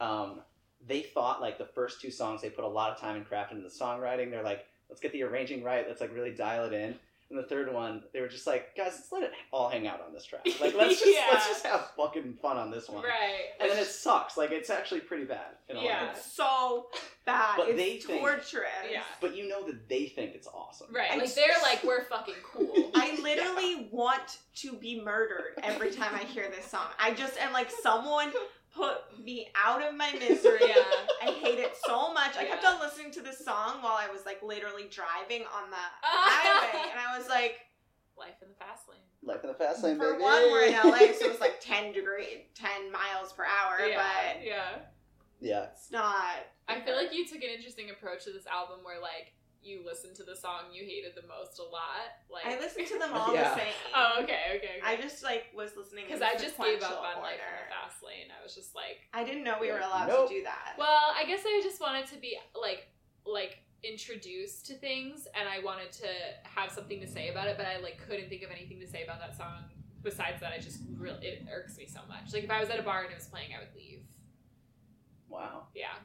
Um they thought like the first two songs they put a lot of time and craft into the songwriting. They're like, let's get the arranging right, let's like really dial it in. And the third one, they were just like, guys, let's let it all hang out on this track. Like let's just Yeah. let's just have fucking fun on this one. Right. And then it sucks. Like it's actually pretty bad. In a lot of Yeah. ways. It's so bad. But it's they think- torturous. Yeah. But you know that they think it's awesome. Right. I Like just- they're like we're fucking cool. I literally want to be murdered every time I hear this song. I just am like, someone put me out of my misery. Yeah. I hate it so much. I kept Yeah. on listening to this song while I was like literally driving on the highway, and I was like, Life in the fast lane. Life in the fast lane, for baby. one, we're in LA, so it's like ten degree, ten miles per hour, yeah, but yeah. yeah. it's not. I feel like you took an interesting approach to this album where like you listened to the song you hated the most a lot. Like I listened to them all Yeah. the same. Oh, okay, okay. I just like was listening because in I just gave sequential up on life in order. the fast lane. I was just like, I didn't know we were allowed Nope. to do that. well, I guess I just wanted to be like, like introduced to things, and I wanted to have something to say about it, but I like couldn't think of anything to say about that song. Besides that, I just really it irks me so much. Like if I was at a bar and it was playing, I would leave. Wow. Yeah.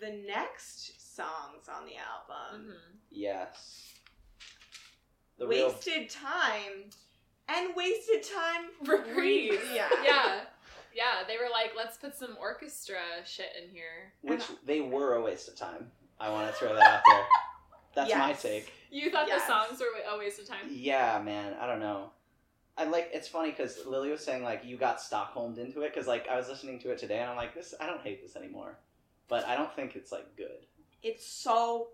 the next songs on the album Mhm. Mm-hmm. Yes. The real Wasted Time and Wasted Time Reprise. Yeah. yeah. Yeah, they were like, let's put some orchestra shit in here. which they were a waste of time. I want to throw that out there. That's my Yes. take. You thought Yes. the songs were a waste of time? Yeah, man. I don't know. I like. It's funny because Lily was saying like you got Stockholmed into it because like I was listening to it today and I'm like this. I don't hate this anymore, but I don't think it's like good. It's so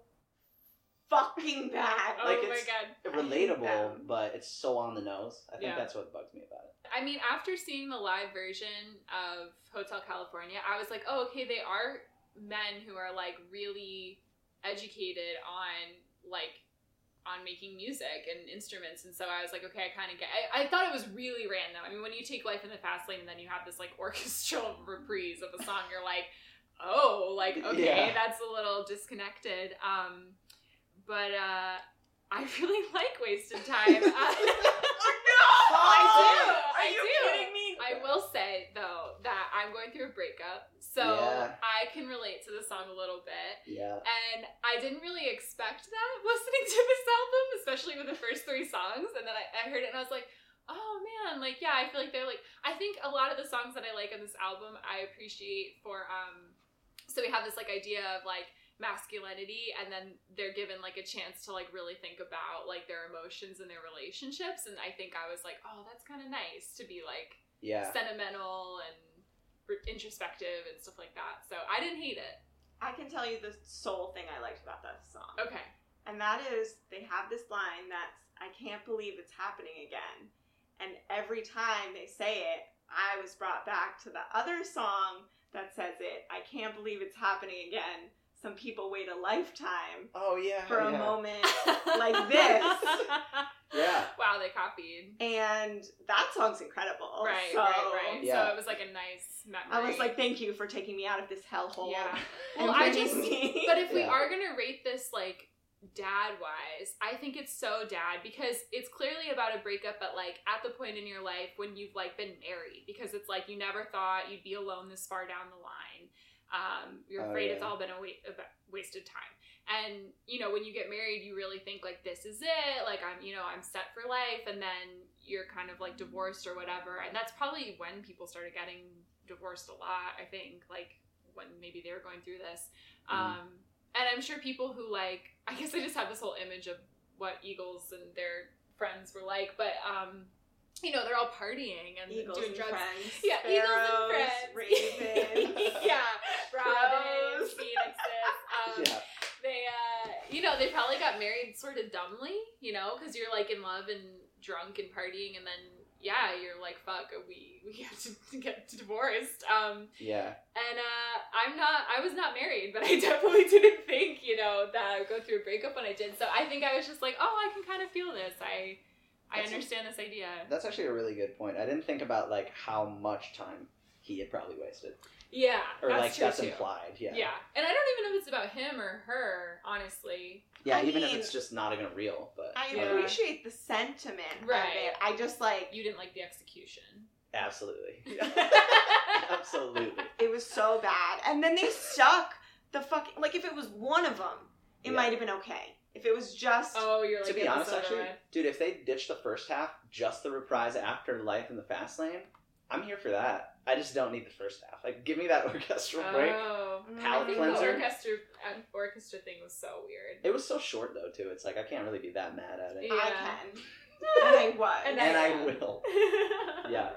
fucking bad. Oh Like, my it's- god. I hate them. Relatable, but it's so on the nose. I think Yeah. that's what bugs me about it. I mean, after seeing the live version of Hotel California, I was like, oh, okay, they are men who are like really educated on like on making music and instruments and so I was like okay I kind of get I, I thought it was really random I mean when you take life in the fast lane and then you have this like orchestral reprise of a song you're like oh like okay Yeah. that's a little disconnected um but uh I really like wasted time Uh, Oh, I do. I Are do. you I do. kidding me? I will say though that I'm going through a breakup, so Yeah. I can relate to the song a little bit. Yeah. And I didn't really expect that listening to this album, especially with the first three songs. And then I, I heard it and I was like, oh man, like yeah, I feel like they're like I think a lot of the songs that I like on this album I appreciate for um so we have this like idea of like masculinity and then they're given like a chance to like really think about like their emotions and their relationships and I think I was like, oh, that's kind of nice to be like Yeah. sentimental and re- introspective and stuff like that. So I didn't hate it. I can tell you the sole thing I liked about that song. Okay. And that is, they have this line that's, I can't believe it's happening again. And every time they say it, I was brought back to the other song that says it, I can't believe it's happening again. Some people wait a lifetime Oh yeah. for a yeah. moment like this. Yeah. Wow, they copied. And that song's incredible. right, So right, right. Yeah. So it was like a nice memory. I was like, thank you for taking me out of this hellhole. yeah. and Well, I bringing just, me- but if we Yeah. are gonna rate this like dad wise, I think it's so dad because it's clearly about a breakup, but like at the point in your life when you've like been married, because it's like you never thought you'd be alone this far down the line. Um, you're Oh, afraid yeah. it's all been a, wa- a ba- wasted time. And you know, when you get married, you really think like this is it, like I'm, you know, I'm set for life and then you're kind of like divorced or whatever. And that's probably when people started getting divorced a lot, I think, like when maybe they were going through this. Mm. Um, and I'm sure people who like, I guess I just have this whole image of what Eagles and their friends were like, but um, you know, they're all partying and Eagles and doing drugs. friends, Yeah, sparrows, Eagles and friends. ravens. yeah, crows. robins, phoenixes. Um, yeah. They, uh, you know, they probably got married sort of dumbly, you know, because you're like in love and drunk and partying, and then yeah, you're like, fuck, we we have to get divorced. Um, Yeah. and uh, I'm not, I was not married, but I definitely didn't think, you know, that I would go through a breakup when I did. So I think I was just like, oh, I can kind of feel this. I, I That's- understand this idea. That's actually a really good point. I didn't think about like how much time he had probably wasted, Yeah, or that's like true that's too. implied. Yeah. Yeah. and I don't even know if it's about him or her, honestly. Yeah, I even mean- if it's just not even real, but I Yeah. appreciate the sentiment of Right. it. I just like You didn't like the execution. absolutely, absolutely. it was so bad, and then they stuck the fucking like if it was one of them, it Yeah. might have been okay. If it was just oh, you're like to be in the honest, soda actually, red. dude, if they ditch the first half, just the reprise after Life in the Fast Lane, I'm here for that. I just don't need the first half. Like, give me that orchestral break. Oh, I mm, Palate think cleanser. the orchestra uh, orchestra thing was so weird. It was so short though, too. It's like I can't really be that mad at it, Yeah. I can. And I was. And and I Yeah. will. Yeah.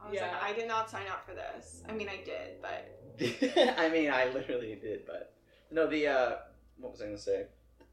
I was Yeah. like, I did not sign up for this. I mean, I did, but I mean, I literally did, but no. The uh, what was I gonna say?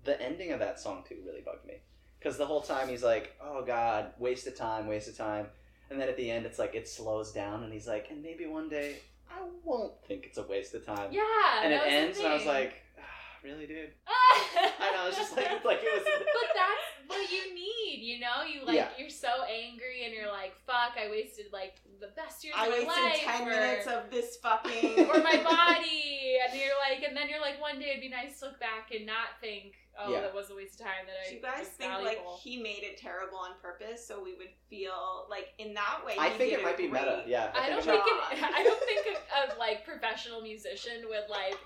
The ending of that song too really bugged me because the whole time he's like, "Oh God, waste of time, waste of time," and then at the end it's like it slows down and he's like, "And maybe one day I won't think it's a waste of time." Yeah, and it that was the ends, and I was thing. like, "Ah, "Really, dude?" I know. It's just like like it was. But that's what you need, you know. You like Yeah. you're so angry, and you're like, "Fuck! I wasted like the best years I of my wasted life." ten or- minutes of this fucking. or my body and you're like and then you're like one day it'd be nice to look back and not think oh Yeah. that was a waste of time that i Do you guys was think valuable. like he made it terrible on purpose so we would feel like in that way? I he think did it a might be meta. great- Yeah. i don't it might- think it, i don't think of, of like professional musician would like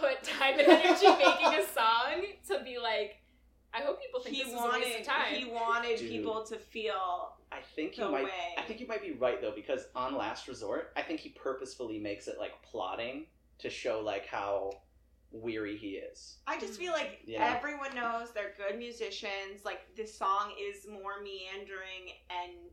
put time and energy making a song to be like i hope people think He this was a waste wanted of time he wanted Dude. people to feel I think you the might. way. I think you might be right though, because on Last Resort, I think he purposefully makes it like plotting to show like how weary he is. I just feel like Yeah. everyone knows they're good musicians. Like this song is more meandering and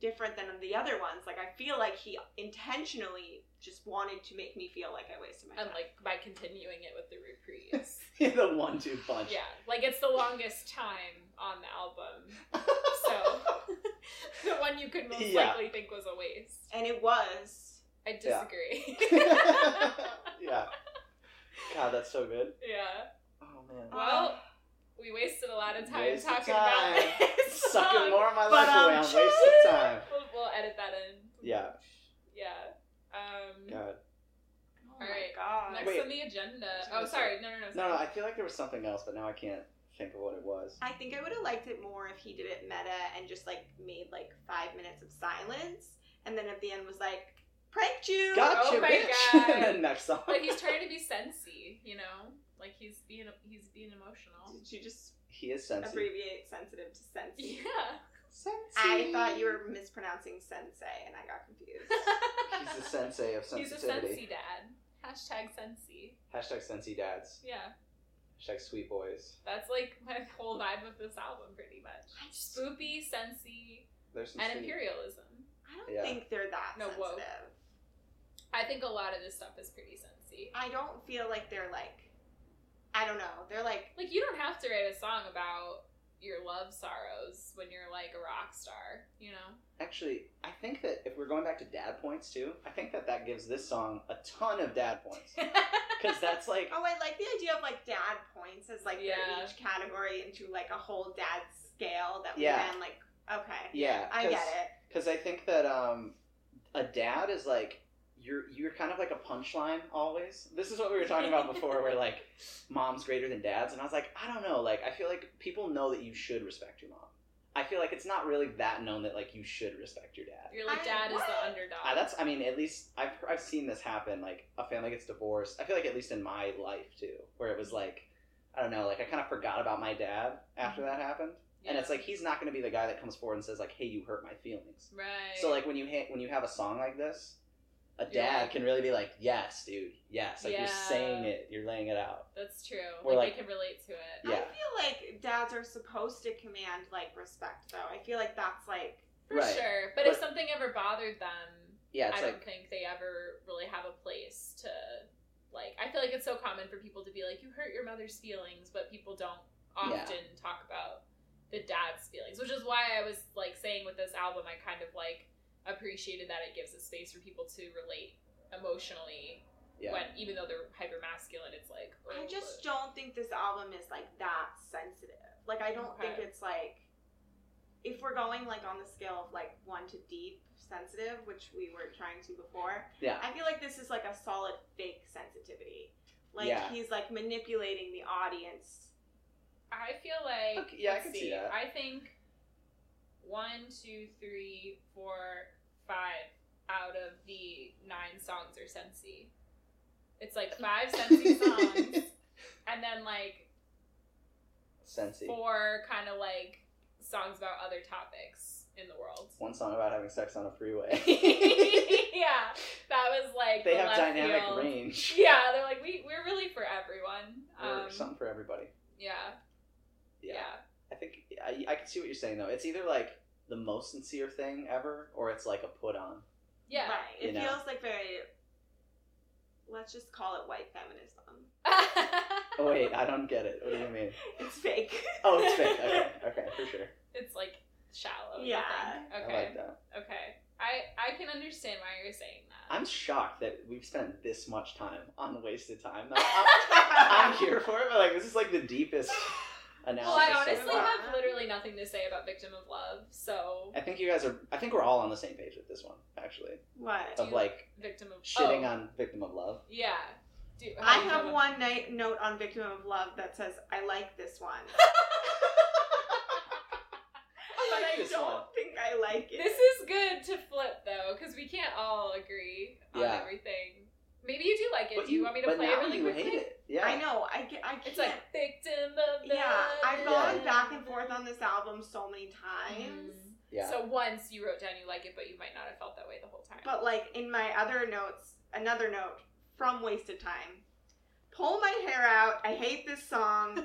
different than the other ones. Like I feel like he intentionally just wanted to make me feel like I wasted my and time. like by continuing it with the reprieves the one-two punch. yeah like it's the longest time on the album so the one you could most Yeah. likely think was a waste and it was. I disagree. Yeah. yeah. God, that's so good. Oh man. Well, we wasted a lot of time Waste of talking time. about this. Sucking song. more of my But, life away um, on wasted time. We'll, we'll edit that in. Yeah. Yeah. Um, God. Oh All right. my god. Next Wait. on the agenda. was gonna Oh, sorry. No, no, no. No, Sorry. no. I feel like there was something else, but now I can't think of what it was. I think I would have liked it more if he did it meta and just like made like five minutes of silence and then at the end was like, pranked you. Gotcha, my bitch. God. and then next song. But he's trying to be sensy, you know, like he's being he's being emotional. Did you just He is sensitive. abbreviate sensitive to sensitive? Yeah. I thought you were mispronouncing sensei, and I got confused. He's a sensei of he's a sensitivity. sensy dad. Hashtag sensy. Hashtag Sensi Dads. Yeah. Hashtag Sweet Boys. That's like my whole vibe of this album, pretty much. Spoopy, sensy, There's some and sweet- imperialism. I don't Yeah. think they're that No, sensitive. whoa. I think a lot of this stuff is pretty sensy. I don't feel like they're like, I don't know. They're like, Like you don't have to write a song about your love sorrows when you're like a rock star, you know? Actually, I think that if we're going back to dad points too, I think that that gives this song a ton of dad points because that's like oh, I like the idea of like dad points as like Yeah. they're each category into like a whole dad scale that we Yeah. then like, okay, yeah, I get it. Because I think that um, a dad is like you're you're kind of like a punchline always. This is what we were talking about before, where like mom's greater than dad's, and I was like, I don't know, like I feel like people know that you should respect your mom. I feel like it's not really that known that like you should respect your dad. You're like I- dad is what? the underdog. Uh, that's I mean at least I've I've seen this happen like a family gets divorced. I feel like at least in my life too, where it was like I don't know, like I kind of forgot about my dad after that happened, and Yeah. it's like he's not going to be the guy that comes forward and says like, "Hey, you hurt my feelings." Right. So like when you ha- when you have a song like this, a dad You're like- can really be like, "Yes, dude, yes," like Yeah. you're saying it, you're laying it out. that's true. We're Like, like- they can relate to it. I Yeah, feel like dads are supposed to command like respect, though. I feel like that's like, For Right. sure. But, if But- something ever bothered them, yeah, I it's don't like think they ever really have a place to like I feel like it's so common for people to be like, You hurt your mother's feelings, but people don't Yeah. often talk about the dad's feelings, which is why I was like saying with this album I kind of like appreciated that it gives a space for people to relate emotionally yeah, when even though they're hyper masculine, it's like I oh, just look. don't think this album is like that sensitive. Like I don't Okay. think it's like if we're going like on the scale of like one to deep sensitive, which we were trying to before, yeah, I feel like this is like a solid fake sensitivity. Like Yeah. he's like manipulating the audience. I feel like Okay, yeah, I let's can see that. I think one, two, three, four, five out of the nine songs are Sensi. It's like five Sensi songs, and then like Sensi. four kind of like songs about other topics. in the world. One song about having sex on a freeway. yeah, that was like they the have left dynamic field. range. Yeah, they're like we we're really for everyone. Or Um, something for everybody. yeah, yeah, I think I, I can see what you're saying though. It's either like the most sincere thing ever, or it's like a put on. yeah. Right. It You know. feels like very. Let's just call it white feminism. Oh, wait, I don't get it. What do you mean? It's fake. Oh, it's fake. Okay, okay, for sure. it's like shallow. you Yeah. think. Okay. I like that. Okay. I I can understand why you're saying that. I'm shocked that we've spent this much time on wasted time. though. I'm, I'm here for it, but like this is like the deepest analysis. well, I so honestly far. have literally nothing to say about Victim of Love, so I think you guys are. I think we're all on the same page with this one, actually, What? Do of you- like Victim of shitting oh, on victim of love. Yeah. Do, how I do you have feel one night note on Victim of Love that says, I like this one. but I this don't one. think I like it. This is good to flip though, because we can't all agree on Yeah. everything. Maybe you do like it. But do you, want me to but play it now really you quickly? hate it. Yeah, I know. I, ca- I can't. It's like victim of yeah, I've Yeah. gone back and forth on this album so many times. Mhm. Yeah, So once you wrote down you like it, but you might not have felt that way the whole time. But like in my other notes, another note from Wasted Time. Pull my hair out. I hate this song.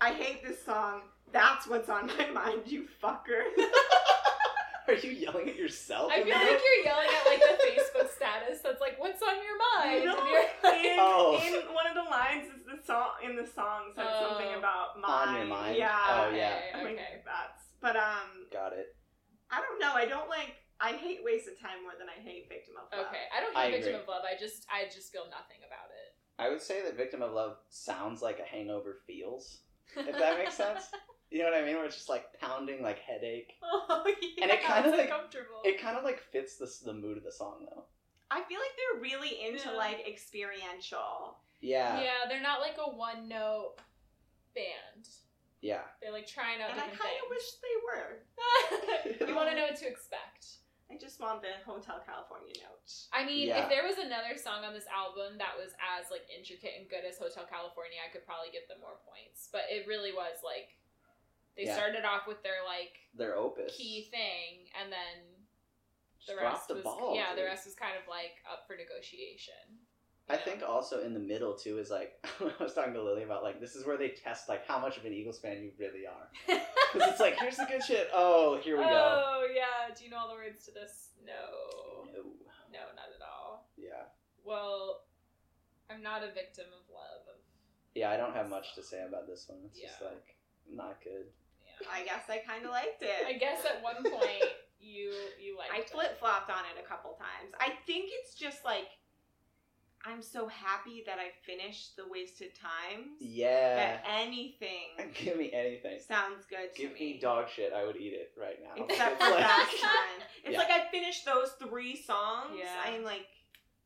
I hate this song. That's what's on my mind, you fucker. are you yelling at yourself? I in feel that? like you're yelling at like the Facebook status that's like, "What's on your mind?" No, And you're like, in, Oh. in one of the lines is the song in the song said Oh. something about mine. on your mind. Yeah. Oh Okay, yeah, I'm like, okay. that's but um got it. I don't know. I don't like I hate wasted time more than I hate victim of love. Okay, I don't I hate victim agree. of love. I just, I just feel nothing about it. I would say that victim of love sounds like a hangover feels. If that makes sense. You know what I mean? Where it's just like pounding, like headache. oh yeah, And it kinda, it's like- uncomfortable. It kind of like fits the the mood of the song though. I feel like they're really into Yeah. like experiential. Yeah, yeah. yeah, they're not like a one note band. They're like trying out and I different kinda wish they were. things. you want to know what to expect. I just want the Hotel California note. I mean, Yeah. if there was another song on this album that was as like intricate and good as Hotel California, I could probably give them more points. But it really was like they Yeah. started off with their like Their opus. key thing, and then the Just rest drop the was ball. yeah, the dude. rest was kind of like up for negotiation. I Yeah. think also in the middle too is like I was talking to Lily about like this is where they test like how much of an Eagles fan you really are because it's like here's the good shit oh here we go Oh yeah, do you know all the words to this? No, No. no, not at all. yeah Well, I'm not a victim of love. yeah I don't have much to say about this one it's just Yeah. like not good Yeah. I guess I kind of liked it. I guess at one point you you like I flip flopped on it a couple times. I think it's just like I'm so happy that I finished the wasted times. yeah That anything give me anything sounds good give to me dog shit I would eat it right now Except It's for like- that one. It's Yeah. like I finished those three songs. Yeah. I'm like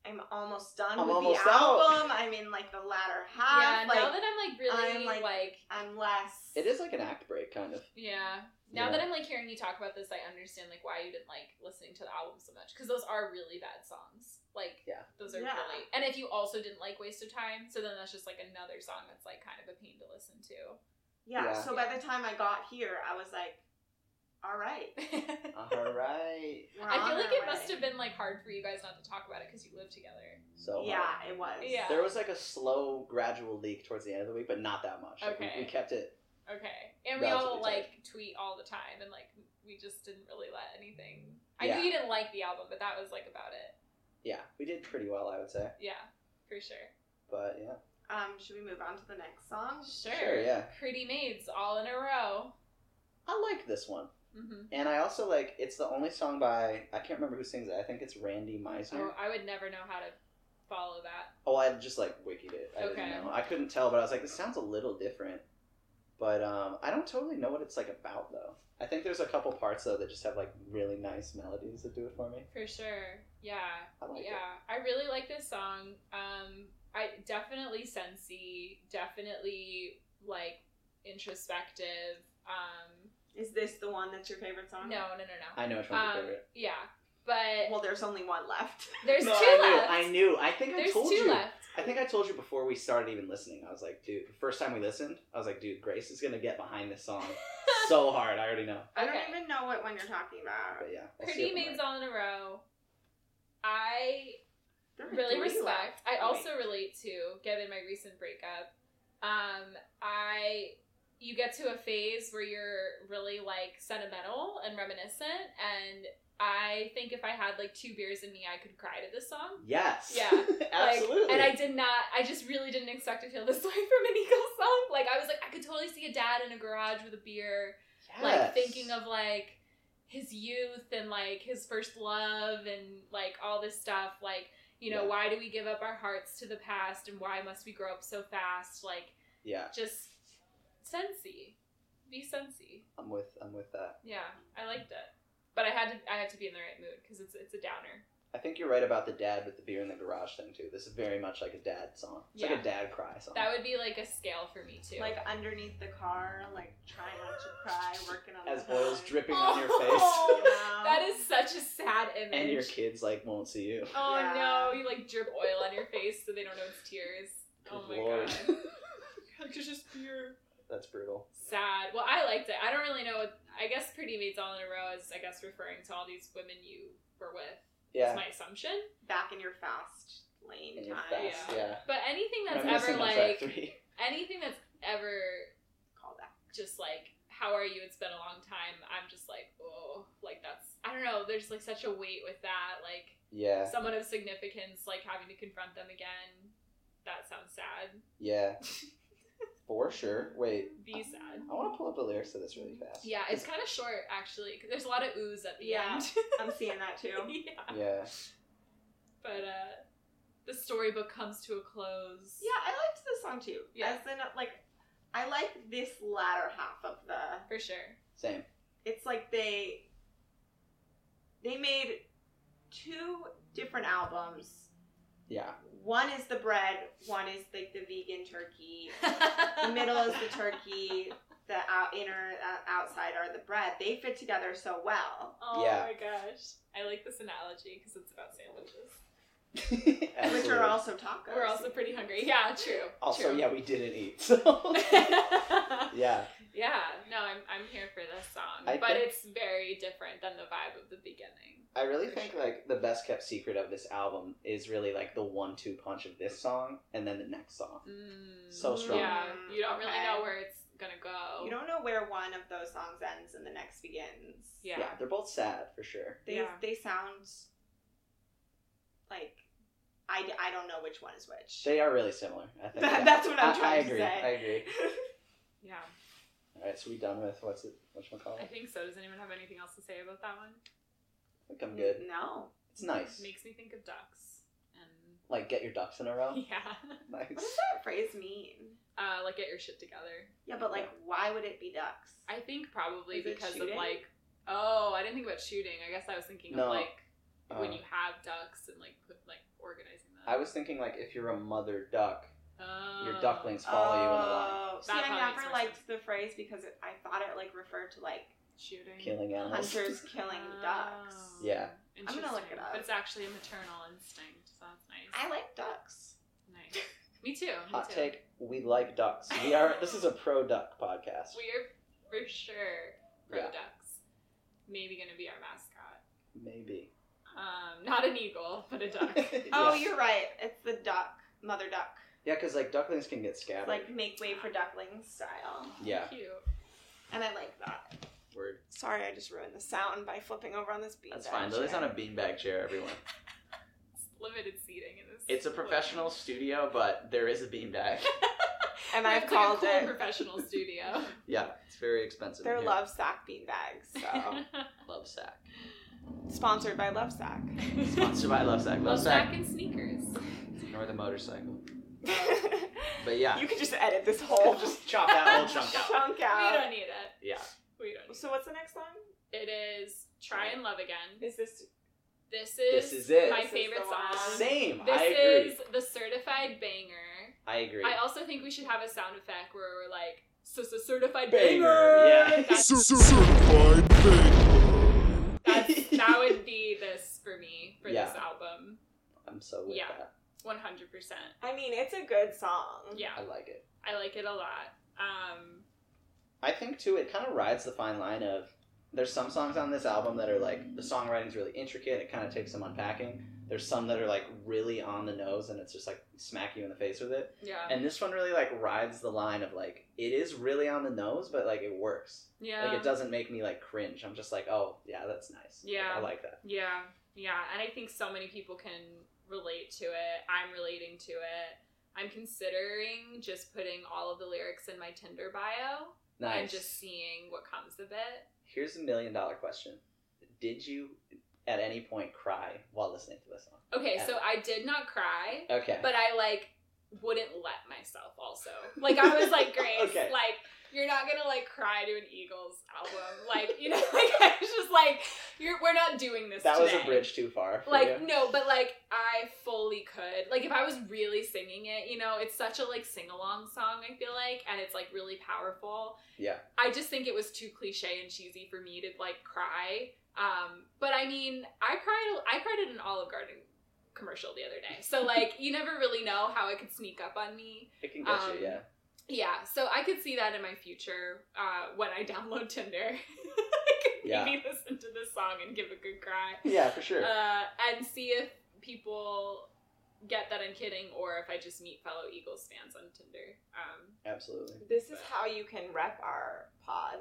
I'm almost done I'm with almost the out. album. I'm in like the latter Yeah, half. now like that I'm like really I'm, like, like- I'm less it is like an act break kind of yeah. Now Yeah. that I'm like hearing you talk about this, I understand like why you didn't like listening to the album so much because those are really bad songs. Like Yeah. those are Yeah. really. And if you also didn't like Waste of Time, so then that's just like another song that's like kind of a pain to listen to. yeah, Yeah. So by the time I got here, I was like, all right. all right we're I on feel our like it way. must have been like hard for you guys not to talk about it because you live together. so Yeah, it was. Yeah. There was like a slow, gradual leak towards the end of the week, but not that much. Like, we- Okay. we, kept it. Okay, and we all Relatively tight. like tweet all the time, and like we just didn't really let anything. I Yeah. knew you didn't like the album, but that was like about it. Yeah, we did pretty well, I would say. Yeah, for sure. But yeah, Um, should we move on to the next song? Sure. Sure, yeah. Pretty maids all in a row. I like this one, hmm and I also like it's the only song by I can't remember who sings it. I think it's Randy Meisner. Oh, I would never know how to follow that. Oh, I just like wikied it. I Okay. didn't know. I couldn't tell, but I was like, this sounds a little different. But um, I don't totally know what it's like about though. I think there's a couple parts though that just have like really nice melodies that do it for me. For sure. Yeah. I like it. yeah. I really like this song. Um I definitely sensey, definitely like introspective. Um Is this the one that's your favorite song? no, no, no, no. I know which one's your Um favorite. yeah. But Well, there's only one left. there's No, two I knew, left. I knew. I think I There's told two you. left. I think I told you before we started even listening. I was like, dude, the first time we listened, I was like, dude, Grace is gonna get behind this song so hard. I already know. I don't Okay. even know what one you're talking about. But yeah, we'll see if Pretty I'm maids right. all in a row. I There are really three respect. left. I Wait. also relate to, given my recent breakup, um, I you get to a phase where you're really like sentimental and reminiscent, and I think if I had like two beers in me, I could cry to this song. Yes. Yeah. Like, Absolutely. and I did not. I just really didn't expect to feel this way from an Eagles song. Like I was like, I could totally see a dad in a garage with a beer like Yes. thinking of like his youth and like his first love and like all this stuff like you know Yeah. why do we give up our hearts to the past and why must we grow up so fast like Yeah, just sensy be sensy I'm with. I'm with that. yeah i liked it but i had to i had to be in the right mood because it's it's a downer I think you're right about the dad with the beer in the garage thing too. This is very much like a dad song. It's like Yeah. a dad cry song. that would be like a scale for me too Like underneath the car, like trying not to cry, working on as the oil's hood. dripping on your face, Oh, Yeah. that is such a sad image and your kids like won't see you. oh um, Yeah. no you like drip oil on your face so they don't know it's tears oh my Good Lord. god like it's just pure That's brutal. sad. Well, I liked it. I don't really know. What, I guess Pretty Maids All in a Row is, I guess, referring to all these women you were with. Yeah. Is my assumption. back in your fast lane And you're time. fast. yeah. Yeah. But anything that's Reminiscing ever on track like three. anything that's ever Call that. just like how are you? It's been a long time. I'm just like oh, like that's I don't know. There's like such a weight with that. Like Yeah. someone of significance, like having to confront them again. That sounds sad. Yeah. For sure. Wait. Be sad. I want to pull up the lyrics to this really fast. Yeah, it's kind of short actually. 'cause there's a lot of oohs at the Yeah. end. I'm seeing that too. yeah. Yeah. But uh, the storybook comes to a close. Yeah, I liked this song too. Yeah. As in, like, I like this latter half of the for sure. Same. it's like they they made two different albums. Yeah. One is the bread, one is like the vegan turkey. The middle is the turkey. The out, inner uh, outside are the bread. They fit together so well, Oh Yeah. my gosh, I like this analogy because it's about sandwiches. which Absolutely. are also tacos. We're also pretty hungry. Yeah, true. Also, true. yeah, we didn't eat. So. yeah. yeah. No, I'm I'm here for this song, I but think- it's very different than the vibe of the beginning. I really For think sure. like the best kept secret of this album is really like the one two punch of this song and then the next song. Mm, So strong. Yeah, you don't really Okay. know where it's gonna go. You don't know where one of those songs ends and the next begins. Yeah. they're both sad for sure. They Yeah. they sound like I, I don't know which one is which. They are really similar. I think That- yeah. that's what I'm I, I trying to agree. say. I agree. Yeah, All right, so we done with what's it? What's my call? I I think so. Does anyone have anything else to say about that one? think I'm good. No. It's nice. Makes me think of ducks and Like get your ducks in a row. yeah. What does Nice. that phrase mean? uh, like get your shit together. Yeah, but like, why would it be ducks? I think probably Is it because of shooting? like, oh, I didn't think about shooting. I guess I was thinking No, of like when Uh, you have ducks and like put, like organizing them. I was thinking like if you're a mother duck, oh. your ducklings follow you in a line, Oh, see, That I probably makes never more liked the phrase because it, I thought it like referred to like shooting killing animals. hunters killing ducks. Oh. Yeah. gonna look Interesting. it up. But it's actually a maternal instinct, so that's nice. I like ducks. nice. Me too. Me Hot too. take: We like ducks. We are. This is a pro duck podcast. We're for sure pro Yeah. ducks. Maybe gonna be our mascot. Maybe. Um, not an eagle, but a duck. Oh, Yeah. you're right. It's the duck, mother duck. Yeah, because like ducklings can get scattered. Like make way for ducklings style. yeah, Cute. And I like that. word. Sorry, I just ruined the sound by flipping over on this bean. That's bag fine. Lily's chair. on a beanbag chair, everyone. It's limited seating in this. It's a professional studio, but there is a beanbag. and I've It's like a called cool it. professional studio. Yeah, it's very expensive. They're in here. Love Sack bean bags. So Love Sack. sponsored by Love Sack. Sponsored by Love Sack. Love Sack. and sneakers. Ignore the motorcycle. you But yeah, can just edit this whole just chop that whole chunk out. chunk We out. don't need it. Yeah, We don't. Need So what's the next song? it. it is try and love again. Is this This is This is it. my This is the favorite Um, song. one. same. This I agree. is the certified banger. I agree. I also think we should have a sound effect where we're like, "So so certified Banger, banger." yeah. That's- Certified banger. that's- that would be this for me for this Yeah. album. I'm so with Yeah. that. One hundred percent. I mean, it's a good song. Yeah. I like it. I like it a lot. Um, I think too, it kind of rides the fine line of there's some songs on this album that are like the songwriting's really intricate. It kind of takes some unpacking. There's some that are like really on the nose, and it's just like smack you in the face with it. Yeah. And this one really like rides the line of like it is really on the nose, but like it works. yeah. Like it doesn't make me like cringe. I'm just like, oh yeah, that's nice. Like, Yeah. I like that. Yeah, yeah, and I think so many people can relate to it. I'm relating to it. I'm considering just putting all of the lyrics in my Tinder bio Nice. and just seeing what comes of it. Here's a million dollar question: Did you at any point cry while listening to this song? Okay, so Yeah. I did not cry, Okay. but I like wouldn't let myself also. Like I was like, Grace, Okay. like you're not gonna like cry to an Eagles album. Like, you know, like I was just like, you're we're not doing this. that was today. a bridge too far. for like you. no but like i fully could like if i was really singing it you know it's such a like sing-along song i feel like and it's like really powerful Yeah. i just think it was too cliche and cheesy for me to like cry um but i mean i cried i cried at an olive garden commercial the other day so like you never really know how it could sneak up on me it can get um, you. Yeah. yeah so i could see that in my future uh when i download tinder Yeah. maybe listen to this song and give a good cry Yeah, for sure. uh, and see if people get that I'm kidding or if I just meet fellow Eagles fans on Tinder. Um, Absolutely. This is how you can rep our pod.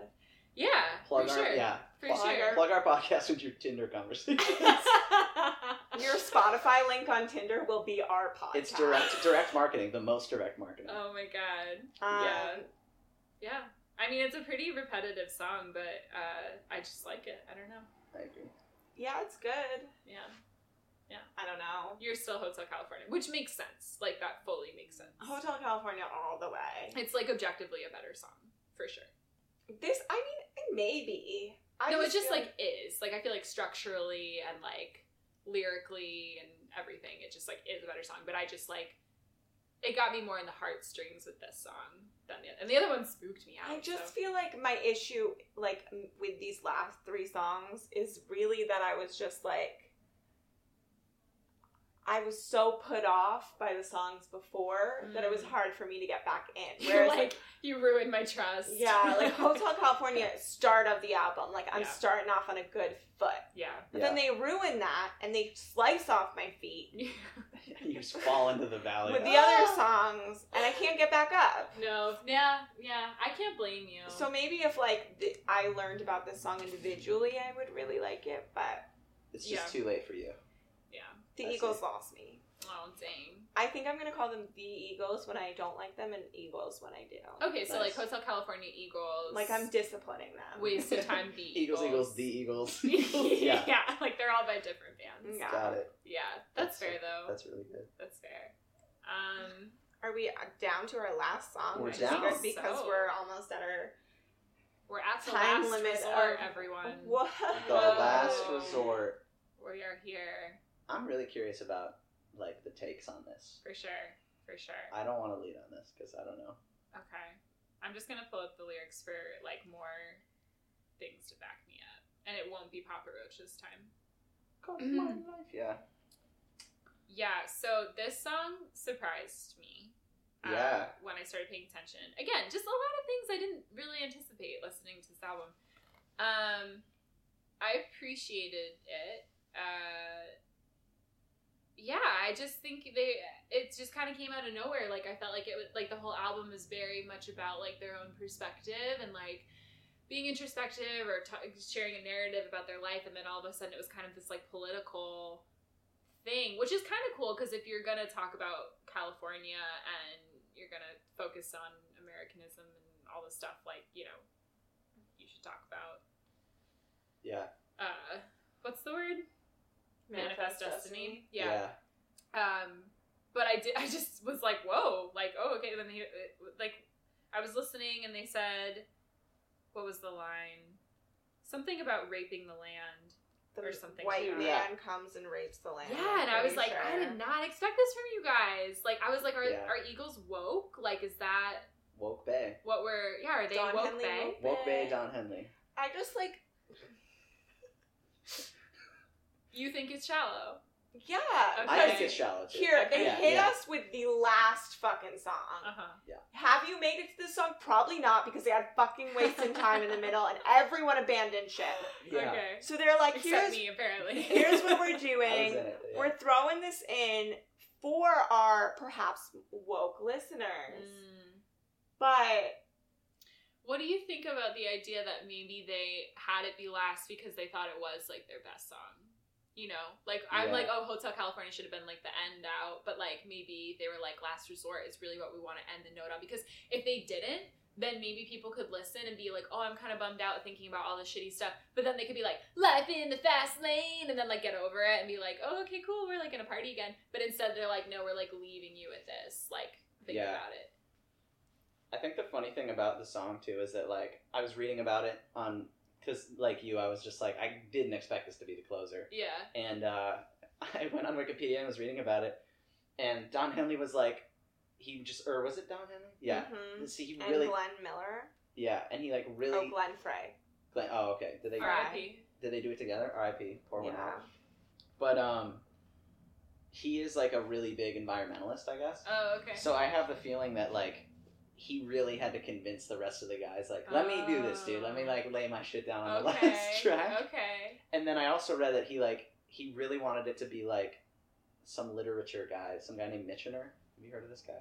yeah, Plug for our sure. yeah. For plug, sure. plug our podcast with your Tinder conversations. Your Spotify link on Tinder will be our podcast. it's direct direct marketing, the most direct marketing. oh my god. Um, yeah. Yeah. I mean, it's a pretty repetitive song, but uh, I just like it. I don't know. I agree. Yeah, it's good. Yeah. I don't know. You're still Hotel California, which makes sense. Like, that fully makes sense. Hotel California all the way. It's like objectively a better song, for sure. This, I mean, maybe. I no, it's just feel- like is. Like I feel like structurally and like lyrically and everything, it just like is a better song. But I just like it got me more in the heartstrings with this song than the and the other one spooked me out. I just so. feel like my issue, like m- with these last three songs, is really that I was just like, I was so put off by the songs before that it was Mm. hard for me to get back in. you're Whereas, like, like, you ruined my trust. yeah, like Hotel California, start of the album, like I'm Yeah. starting off on a good foot. yeah. But then they ruin that and they slice off my feet you just fall into the valley. with of- the other songs, and I can't get back up. No, yeah, yeah. I can't blame you. So maybe if like th- I learned about this song individually, I would really like it. But it's just Yeah. too late for you. yeah. the I see. Eagles lost me. Oh dang. I think I'm gonna call them the Eagles when I don't like them, and Eagles when I do. Okay, so Nice. like Hotel California Eagles. Like I'm disciplining them. wasted time. The Eagles, Eagles, the Eagles. yeah. yeah. like they're all by different bands. Yeah. Got it. Yeah, That's- that's, fair though. That's really good. That's fair. Um, Are we uh, down to our last song? We're which is down. good because So- we're almost at our we're at the Time last limit resort, of- everyone. Whoa. The last Oh. resort. We are here I'm really curious about like the takes on this. for sure, for sure. I don't want to lead on this because I don't know. Okay, I'm just gonna pull up the lyrics for like more things to back me up, and it won't be Papa Roach this time. Cause my Mhm. life. Yeah. Yeah, so this song surprised me. uh, Yeah. when I started paying attention. Again, just a lot of things I didn't really anticipate listening to this album. Um, I appreciated it. Uh, yeah, I just think they it just kind of came out of nowhere. Like I felt like it was like the whole album is very much about like their own perspective and like being introspective or ta sharing a narrative about their life, and then all of a sudden it was kind of this like political thing, which is kind of cool because if you're gonna talk about California and you're gonna focus on Americanism and all this stuff, like you know, you should talk about Yeah. uh, what's the word? Manifest, destiny. Yeah. Um, but I did. I just was like, whoa, like, oh, okay. Then they, like, I was listening, and they said, what was the line? Something about raping the land. The Or something White like man that. comes and rapes the land. Yeah, and I was Pretty like, I sure. did not expect this from you guys. Like, I was like, are, Yeah. are Eagles woke? Like, is that Woke Bay. what we're? Yeah, are they Don woke? Henley Bay? woke? Woke Bay Bay. Don Henley. I just like You think it's shallow? Yeah. I Okay. think because it's shallow too. Here, they Yeah, hit yeah. us with the last fucking song. Uh-huh. Have you made it to this song? Probably not because they had fucking wasted time in the middle and everyone abandoned shit. Yeah. Okay. So they're like, Except here's, me, apparently. here's what we're I was doing. in it, yeah. We're throwing this in for our perhaps woke listeners. Mm. But What do you think about the idea that maybe they had it be last because they thought it was like their best song? You know, like Yeah. I'm like, oh, Hotel California should have been like the end out, but like maybe they were like, Last Resort is really what we want to end the note on because if they didn't, then maybe people could listen and be like, oh, I'm kind of bummed out thinking about all this shitty stuff, but then they could be like, life in the fast lane, and then like get over it and be like, oh, okay, cool, we're like gonna party again, but instead they're like, no, we're like leaving you with this, like think Yeah. about it. I think the funny thing about the song too is that like I was reading about it on because like you, I was just like I didn't expect this to be the closer, Yeah. and uh, I went on Wikipedia and was reading about it, and Don Henley was like, he just or was it Don Henley? Yeah. mhm. See, he and really Glenn Miller. yeah, and he like really. Oh, Glenn Frey. Glenn- oh okay. Did they R.I.P. did they do it together? R.I.P. Poor one Yeah. out. But um, he is like a really big environmentalist, I guess. Oh, okay. So I have the feeling that like he really had to convince the rest of the guys, like, let me do this, dude. Oh. Let me like lay my shit down on the last track. Okay. And then I also read that he like he really wanted it to be like some literature guy, some guy named Michener. Have you heard of this guy?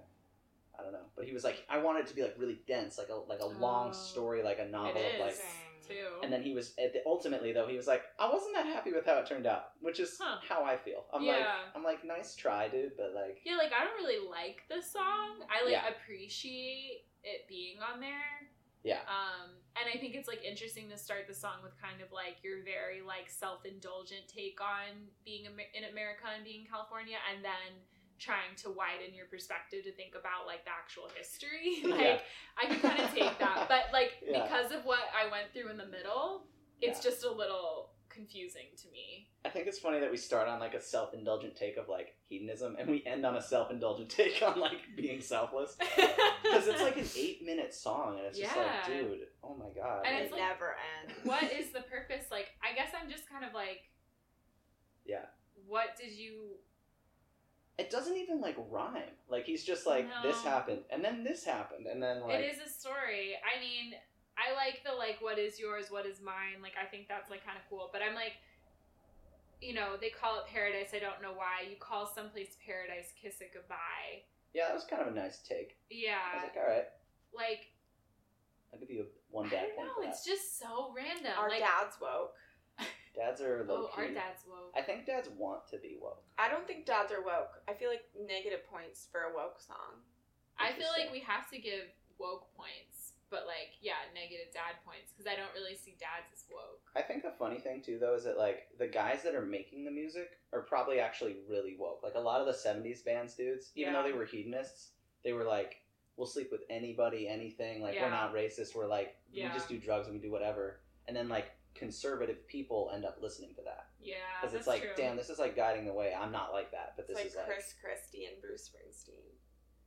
I don't know, but he was like, I want it to be like really dense, like a like a Oh. long story, like a novel. It Of, like, is. Too. and then he was at the, ultimately though he was like, I wasn't that happy with how it turned out, which is Huh. how I feel. I'm like, Yeah. I'm like, nice try, dude, but like, yeah, like I don't really like this song. I like Yeah. appreciate it being on there. Yeah. Um, and I think it's like interesting to start the song with kind of like your very like self indulgent take on being Amer- in America and being in California, and then trying to widen your perspective to think about like the actual history. Yeah. like I can kind of take that, but like Yeah. because of what I went through in the middle, it's Yeah. just a little confusing to me. I think it's funny that we start on like a self-indulgent take of like hedonism, and we end on a self-indulgent take on like being selfless. Because it's like an eight-minute song, and it's just like, Yeah. dude, oh my god. like, And It it's like- never ends. what is the purpose? Like, I guess I'm just kind of like, Yeah. What did you? it doesn't even like rhyme. Like he's just like, this No. happened, and then this happened, and then like, it is a story. I mean, I like the like, what is yours? What is mine? Like, I think that's like kind of cool. But I'm like, you know, they call it paradise. I don't know why you call someplace paradise. Kiss it goodbye. yeah, that was kind of a nice take. I was Yeah, like, all right, like I'll give you a- I one dad don't point. know. for that. It's just so random. Our like, dad's woke. dads are low oh, our key. dad's woke. I think dads want to be woke. I don't think dads are woke. I feel like negative points for a woke song. I feel Interesting. like we have to give woke points, but like, yeah, negative dad points because I don't really see dads as woke. I think a funny thing too, though, is that like the guys that are making the music are probably actually really woke. Like a lot of the '70s bands dudes, even Yeah. though they were hedonists, they were like, "We'll sleep with anybody, anything. Like Yeah. we're not racist. We're like Yeah. we just do drugs and we do whatever." And then like conservative people end up listening to that Yeah, because Ah, that's it's like, true. "Damn, this is like guiding the way. I'm not like that, but It's this like is like." Chris Christie and Bruce Springsteen.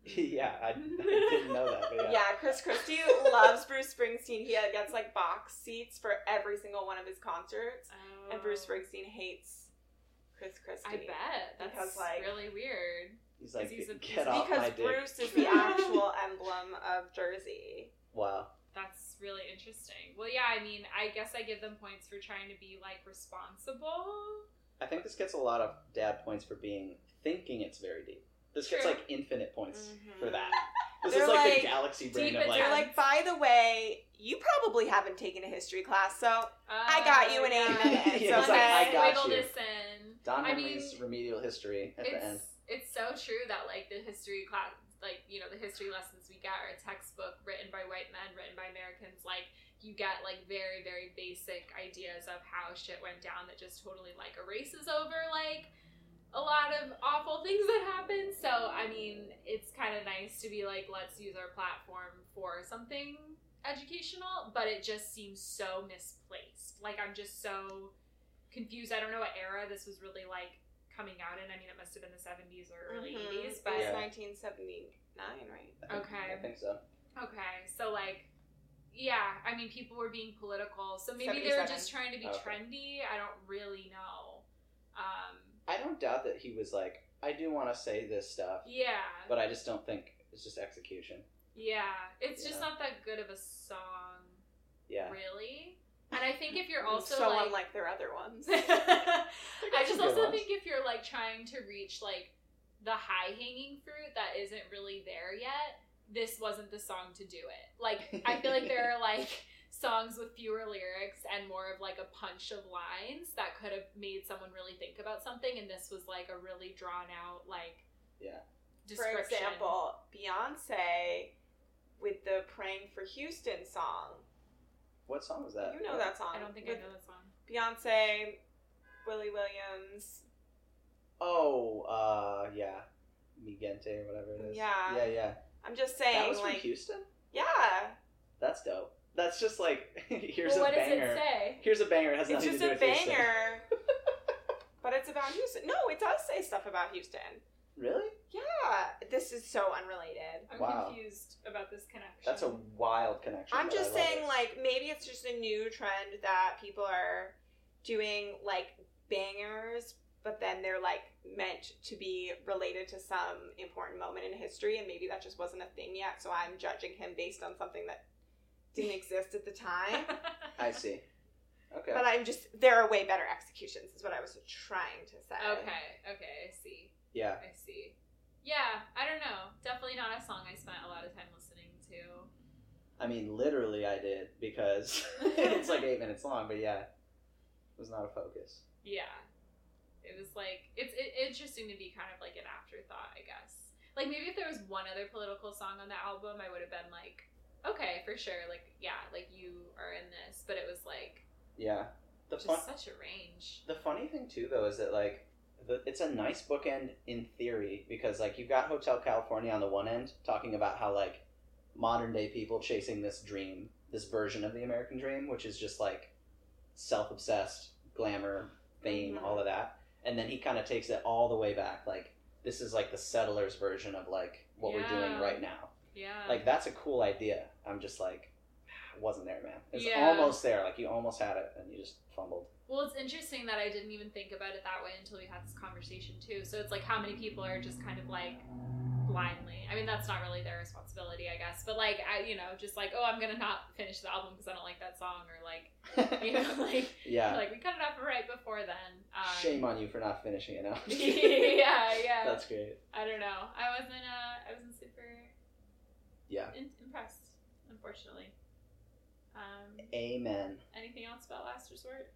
yeah, I, I didn't know that. Yeah, But yeah. Chris Christie loves Bruce Springsteen. He uh, gets like box seats for every single one of his concerts, Oh. and Bruce Springsteen hates Chris Christie. I bet that's Because, like- really weird. He's like, he's a- "Get off my Because dick!" Bruce is the actual emblem of Jersey. Wow. That's really interesting. Well, yeah, I mean, I guess I give them points for trying to be like responsible. I think this gets a lot of dad points for being thinking it's very deep. This gets True. like infinite points Mhm. for that. This They're is like, like, the galaxy brain deep of into like, They're like, by the way, you probably haven't taken a history class, so I got Oh, you in eight minutes, Yeah, It's it's like, I got wiggle you. this in. Don I Henley's mean, remedial history at the end. it's it's so true that like the history class like you know the history lessons we get are a textbook written by white men written by americans like you get like very very basic ideas of how shit went down that just totally like erases over like a lot of awful things that happened so i mean it's kind of nice to be like let's use our platform for something educational but it just seems so misplaced like i'm just so confused i don't know what era this was really like coming out in i mean it must have been the 70s or early Mhm. 80s but Yeah. 1979, right? I think- okay. I think so. Okay, so like, yeah, I mean, people were being political, so maybe they were 77. just trying to be Okay. trendy. I don't really know. Um, I don't doubt that he was like, I do want to say this stuff, Yeah. but I just don't think it's just execution. Yeah. It's just Yeah. not that good of a song, Yeah. really. And I think if you're also so like, unlike their other ones. I just some good also ones. think if you're like trying to reach like the high hanging fruit that isn't really there yet, this wasn't the song to do it. Like I feel like there are like songs with fewer lyrics and more of like a punch of lines that could have made someone really think about something and this was like a really drawn out like Yeah. For description. example, Beyonce with the "Praying for Houston" song. What song was that? You know that song. I don't think I With know that song. Beyonce, Willie Williams. Oh, uh, yeah. Migente or whatever it is. Yeah. Yeah, yeah. I'm just That saying, was from like, Houston? yeah, That's dope. That's just like, here's Well, a what banger. does it say? Here's a banger. It has it's nothing just to do a with Houston. banger. but it's about Houston. No, it does say stuff about Houston. Really? Yeah, this is so unrelated. I'm Wow. confused about this connection. That's a wild connection. I'm but I just love saying, it. like, maybe it's just a new trend that people are doing, like, bangers, but then they're, like, meant to be related to some important moment in history, and maybe that just wasn't a thing yet, so I'm judging him based on something that didn't exist at the time. I see. Okay. But I'm just, there are way better executions, is what I was trying to say. okay, okay, I see. yeah. I see. Yeah, I don't know. Definitely not a song I spent a lot of time listening to. I mean, literally, I did because it's like eight minutes long. But yeah, it was not a focus. Yeah. It was like it's it, interesting to be kind of like an afterthought, I guess. Like maybe if there was one other political song on the album, I would have been like, okay, for sure. Like yeah, like you are in this, but it was like Yeah. The just fun- such a range. the funny thing too, though, is that like the, it's a nice bookend in theory because like you've got Hotel California on the one end talking about how like modern day people chasing this dream, this version of the American dream, which is just like self obsessed, glamour, fame, Mm-hmm. Mhm. all of that, and then he kind of takes it all the way back. Like this is like the settlers' version of like what we're doing Yeah. right now. Yeah. like that's a cool idea. I'm just like, wasn't there, man. It's Yeah. almost there. Like you almost had it, and you just fumbled. Well, it's interesting that I didn't even think about it that way until we had this conversation too. So it's like how many people are just kind of like blindly. I mean, that's not really their responsibility, I guess. But like, I you know, just like, oh, I'm gonna not finish the album because I don't like that song, or like, you know, like, yeah. like we cut it off right before then. Um, Shame on you for not finishing it out. yeah, yeah. That's great. I don't know. I wasn't. Uh, I wasn't super Yeah. in- impressed, unfortunately. Um, Amen. anything else about Last Resort?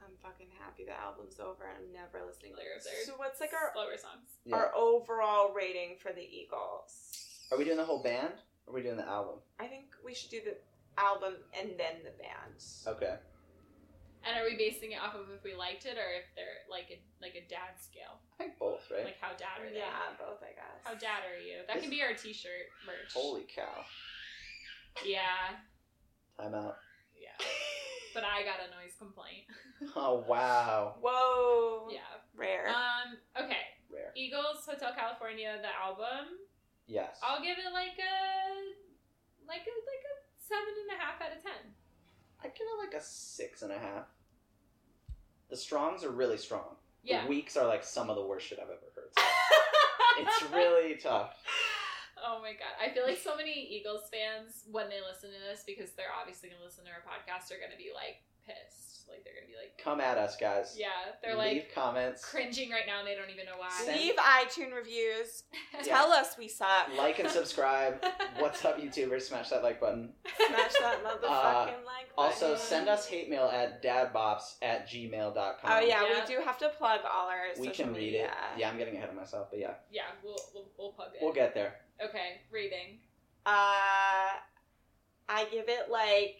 I'm fucking happy the album's over. I'm never listening to Lyrics are So what's like our slower songs. Yeah. our overall rating for the Eagles? Are we doing the whole band? Or are we doing the album? I think we should do the album and then the band. Okay. And are we basing it off of if we liked it or if they're like a like a dad scale? I think both, right? Like how dad are they? Yeah, both I guess. How Oh, dad are you? That can be our t-shirt merch. Holy cow. Yeah. Time out. Yeah. But I got a noise complaint. Oh wow. Whoa. Yeah. Rare. Um okay. Rare. Eagles Hotel California the album. Yes. I'll give it like a like a like a seven and a half out of ten. I give it like a six and a half. The strongs are really strong. Yeah. The weeks are like some of the worst shit I've ever heard. it's really tough. Oh my god. I feel like so many Eagles fans when they listen to this because they're obviously going to listen to our podcast are going to be like pissed. Like they're going to be like Come at us, guys. yeah, they're Leave like comments. cringing right now and they don't even know why. Send- Leave iTune reviews. Tell us we suck. like and subscribe. What's up, YouTubers? Smash that like button. Smash that motherfucking Uh, like. Also, button. send us hate mail at dadbops at gmail.com. Oh yeah, Yeah. we do have to plug all our. We social can read media. it. Yeah, I'm getting ahead of myself, but yeah, Yeah, we'll we'll, we'll plug it. we'll get there. okay, rating. Uh, I give it like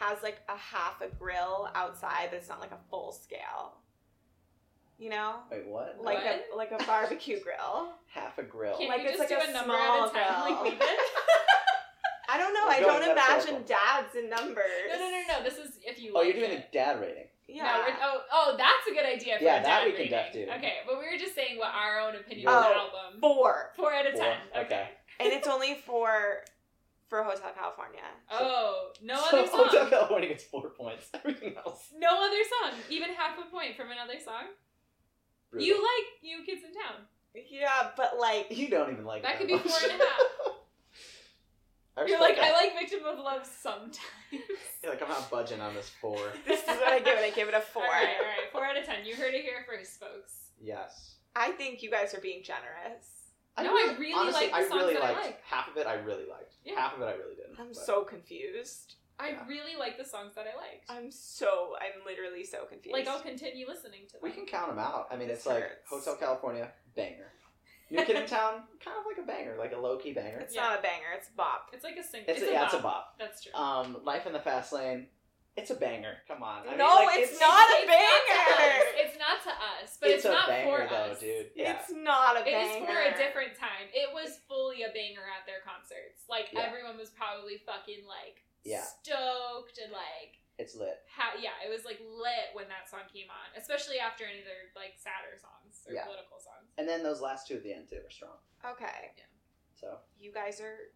has like a half a grill outside, but it's not like a full scale. You know, Wait, what? like a What? like a barbecue grill. Half a grill. Can Like, you it's just like do a a number at small a time girl. like we did? I don't know. We're I going don't imagine metaphorical. dads in numbers. no, no, no, no. This is if you oh, like you're doing it. a dad rating. Yeah. No, we're- oh, oh, that's a good idea for Yeah, a that dad we can def rating. do. Okay, but we were just saying what our own opinion Oh. on the album. Four, Four out of Four. ten. Okay. and it's only four for Hotel California. Oh, no So other other Oh, song. Hotel California gets four points. Everything else. No other song. Even half a point from another song. brutal. You like New Kids in Town. Yeah, but like, You don't even like That it could be much. four and a half. I You're respect like, that. I like Victim of Love sometimes. You're like, I'm not budging on this four. this is what I give it. I give it a four. All right, all right. Four out of ten. You heard it here first, folks. yes. I think you guys are being generous. No, I really honestly, like the songs I really that I liked like. half of it. I really liked Yeah. half of it. I really didn't. I'm but- so confused. I Yeah. really like the songs that I liked. I'm so, I'm literally so confused. like, I'll continue listening to them. We can count them out. I mean, This it's like hurts. Hotel California banger, New Kid in Town kind of like a banger, like a low key banger. it's not a banger, it's a bop. It's like a single. It's, a, yeah, it's a bop. That's true. Um, Life in the Fast Lane, it's a banger. Come on. I mean, No, like, it's not a Not to us. banger. It's not to us, but it's, a not banger for though, us. dude. Yeah. It's not a It banger. is for a different time. It was fully a banger at their concerts. Like Yeah. everyone was probably fucking like Yeah. stoked and like It's lit. how yeah, it was like lit when that song came on, especially after any of their like sadder songs or Yeah. political songs. And then those last two at the end too were strong. Okay, So you guys are.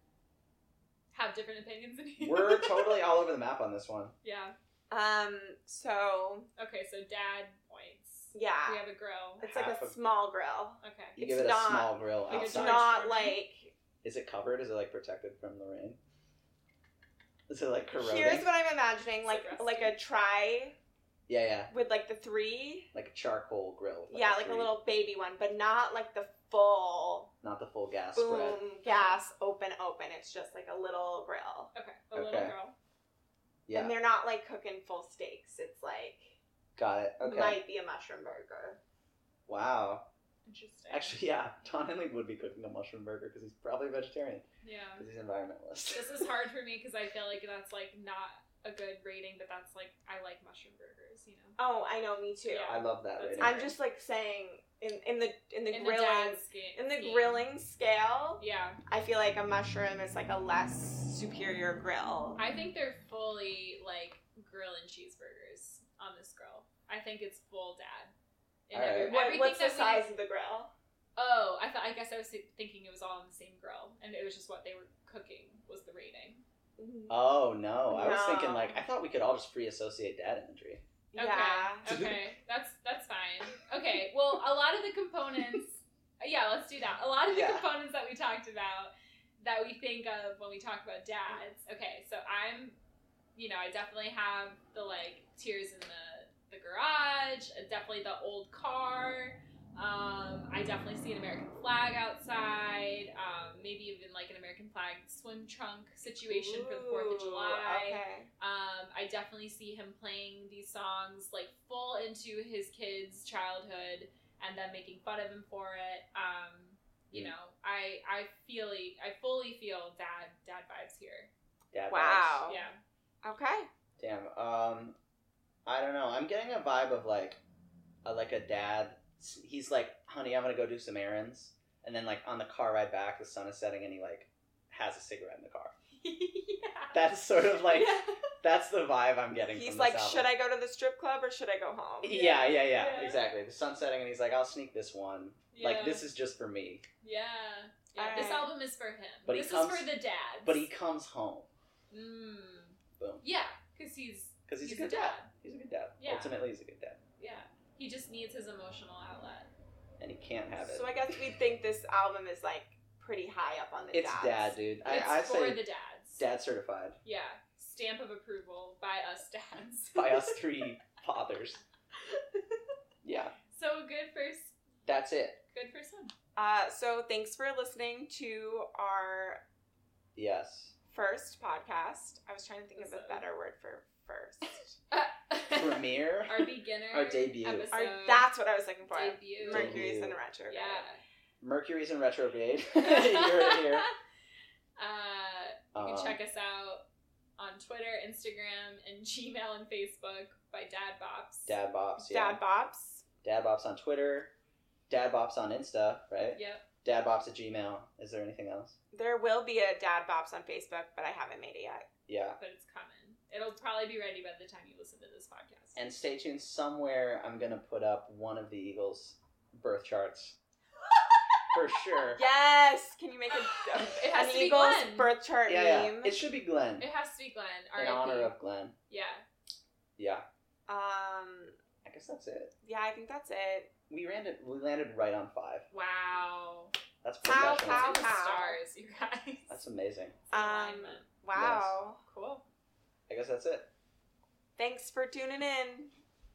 Have different opinions than you. we're totally all over the map on this one. yeah. Um. So Okay, so dad points. yeah, We have a grill. it's like Half a of- small grill. Okay. You It's give it not- a small grill like, It's Sorry. outside. not like. Is it covered? Is it like protected from the rain? Is it like corroding? Here's what I'm imagining, So like rusty. like a try yeah, yeah, with like the three. like a charcoal grill. with, yeah, like a three- little baby one, but not like the full not the full gas boom spread. gas open open. It's just like a little grill, Okay. A little Okay. girl. Yeah, and they're not like cooking full steaks. It's like got it. Okay, might be a mushroom burger. wow. Interesting. Actually, yeah, Don Henley would be cooking a mushroom burger because he's probably a vegetarian Yeah. because he's environmentalist. This is hard for me because I feel like that's like not a good rating, but that's like I like mushroom burgers, you know. Oh, I know, me too. Yeah. I love that That's rating. I'm just like saying in in the in the In the grilling dad's scheme- in the scheme. grilling scale, Yeah, I feel like a mushroom is like a less superior grill. I think they're fully like grill and cheeseburgers on this grill. I think it's full dad. In All right. every, What, everything what's the that we- size of the grill? Oh, I thought. I guess I was thi- thinking it was all on the same grill, and it was just what they were cooking was the rating. Mm-hmm. Oh no, I was No. thinking like I thought we could all just free associate dad imagery. Yeah. Okay. Okay. That's that's fine. Okay. Well, a lot of the components. Yeah, let's do that. A lot of the Yeah. components that we talked about that we think of when we talk about dads. Okay. So I'm, you know, I definitely have the like tears in the the garage. uh, Definitely the old car. Um, I definitely see an American flag outside. Um, maybe even like an American flag swim trunk situation for the Fourth of Ooh, July. Okay. Um, I definitely see him playing these songs like full into his kids' childhood and then making fun of him for it. Um, you Mm. know, I I feel I fully feel dad dad vibes here. Dad vibes. Wow. Yeah. Okay. Damn. Um, I don't know. I'm getting a vibe of like, a, like a dad. He's like, "Honey, I'm gonna go do some errands," and then like on the car ride back, the sun is setting, and he like has a cigarette in the car. yeah. That's sort of like Yeah. that's the vibe I'm getting. He's from like, this album. should I go to the strip club or should I go home? Yeah, yeah, yeah, Yeah. Exactly. The sun setting, and he's like, "I'll sneak this one. Like this is just for me." Yeah. Yeah. All This right. album is for him. But he this comes- is for the dads. But he comes home. Mm. Boom. Yeah, because he's Because he's, He's a a good dad. dad. He's a good dad. Yeah. Ultimately, he's a good dad, yeah. He just needs his emotional outlet. and he can't have it. So I guess we think this album is like pretty high up on the it's dads. dad, dude. I, It's I for say the dads. dad certified. Yeah. Stamp of approval by us dads. by us three fathers. Yeah, So good for s- that's it. good for some. Uh, so thanks for listening to our Yes. first podcast. I was trying to think of Episode. a better word for first. Premiere. our beginner, Our debut. episode, Our, that's what I was looking for. debut. Mercury's in Debut. retrograde. Yeah. Mercury's in retrograde. You're in here. Um, Uh, you can check us out on Twitter, Instagram, and Gmail and Facebook by Dad Bops. Dad Bops. Yeah. Dad bops. Dad. Bops on Twitter. Dad Bops on Insta. Right. Yep. Dad Bops at Gmail. Is there anything else? There will be a dad bops on Facebook, but I haven't made it yet. Yeah. But it's coming. It'll probably be ready by the time you listen to this podcast. And stay tuned. Somewhere I'm gonna put up one of the Eagles' birth charts. for sure. Yes. Can you make a, a It has an to be Eagles Glenn. birth chart Yeah, yeah. meme? It should be Glenn. It has to be Glenn. In R.I.P. honor of Glenn. Yeah. Yeah. Um. I guess that's it. Yeah, I think that's it. We landed we landed right on five. Wow. That's Pow, professional. pow, Two pow. stars, you guys. That's amazing. Um. Wow. cool. I guess that's it. Thanks for tuning in.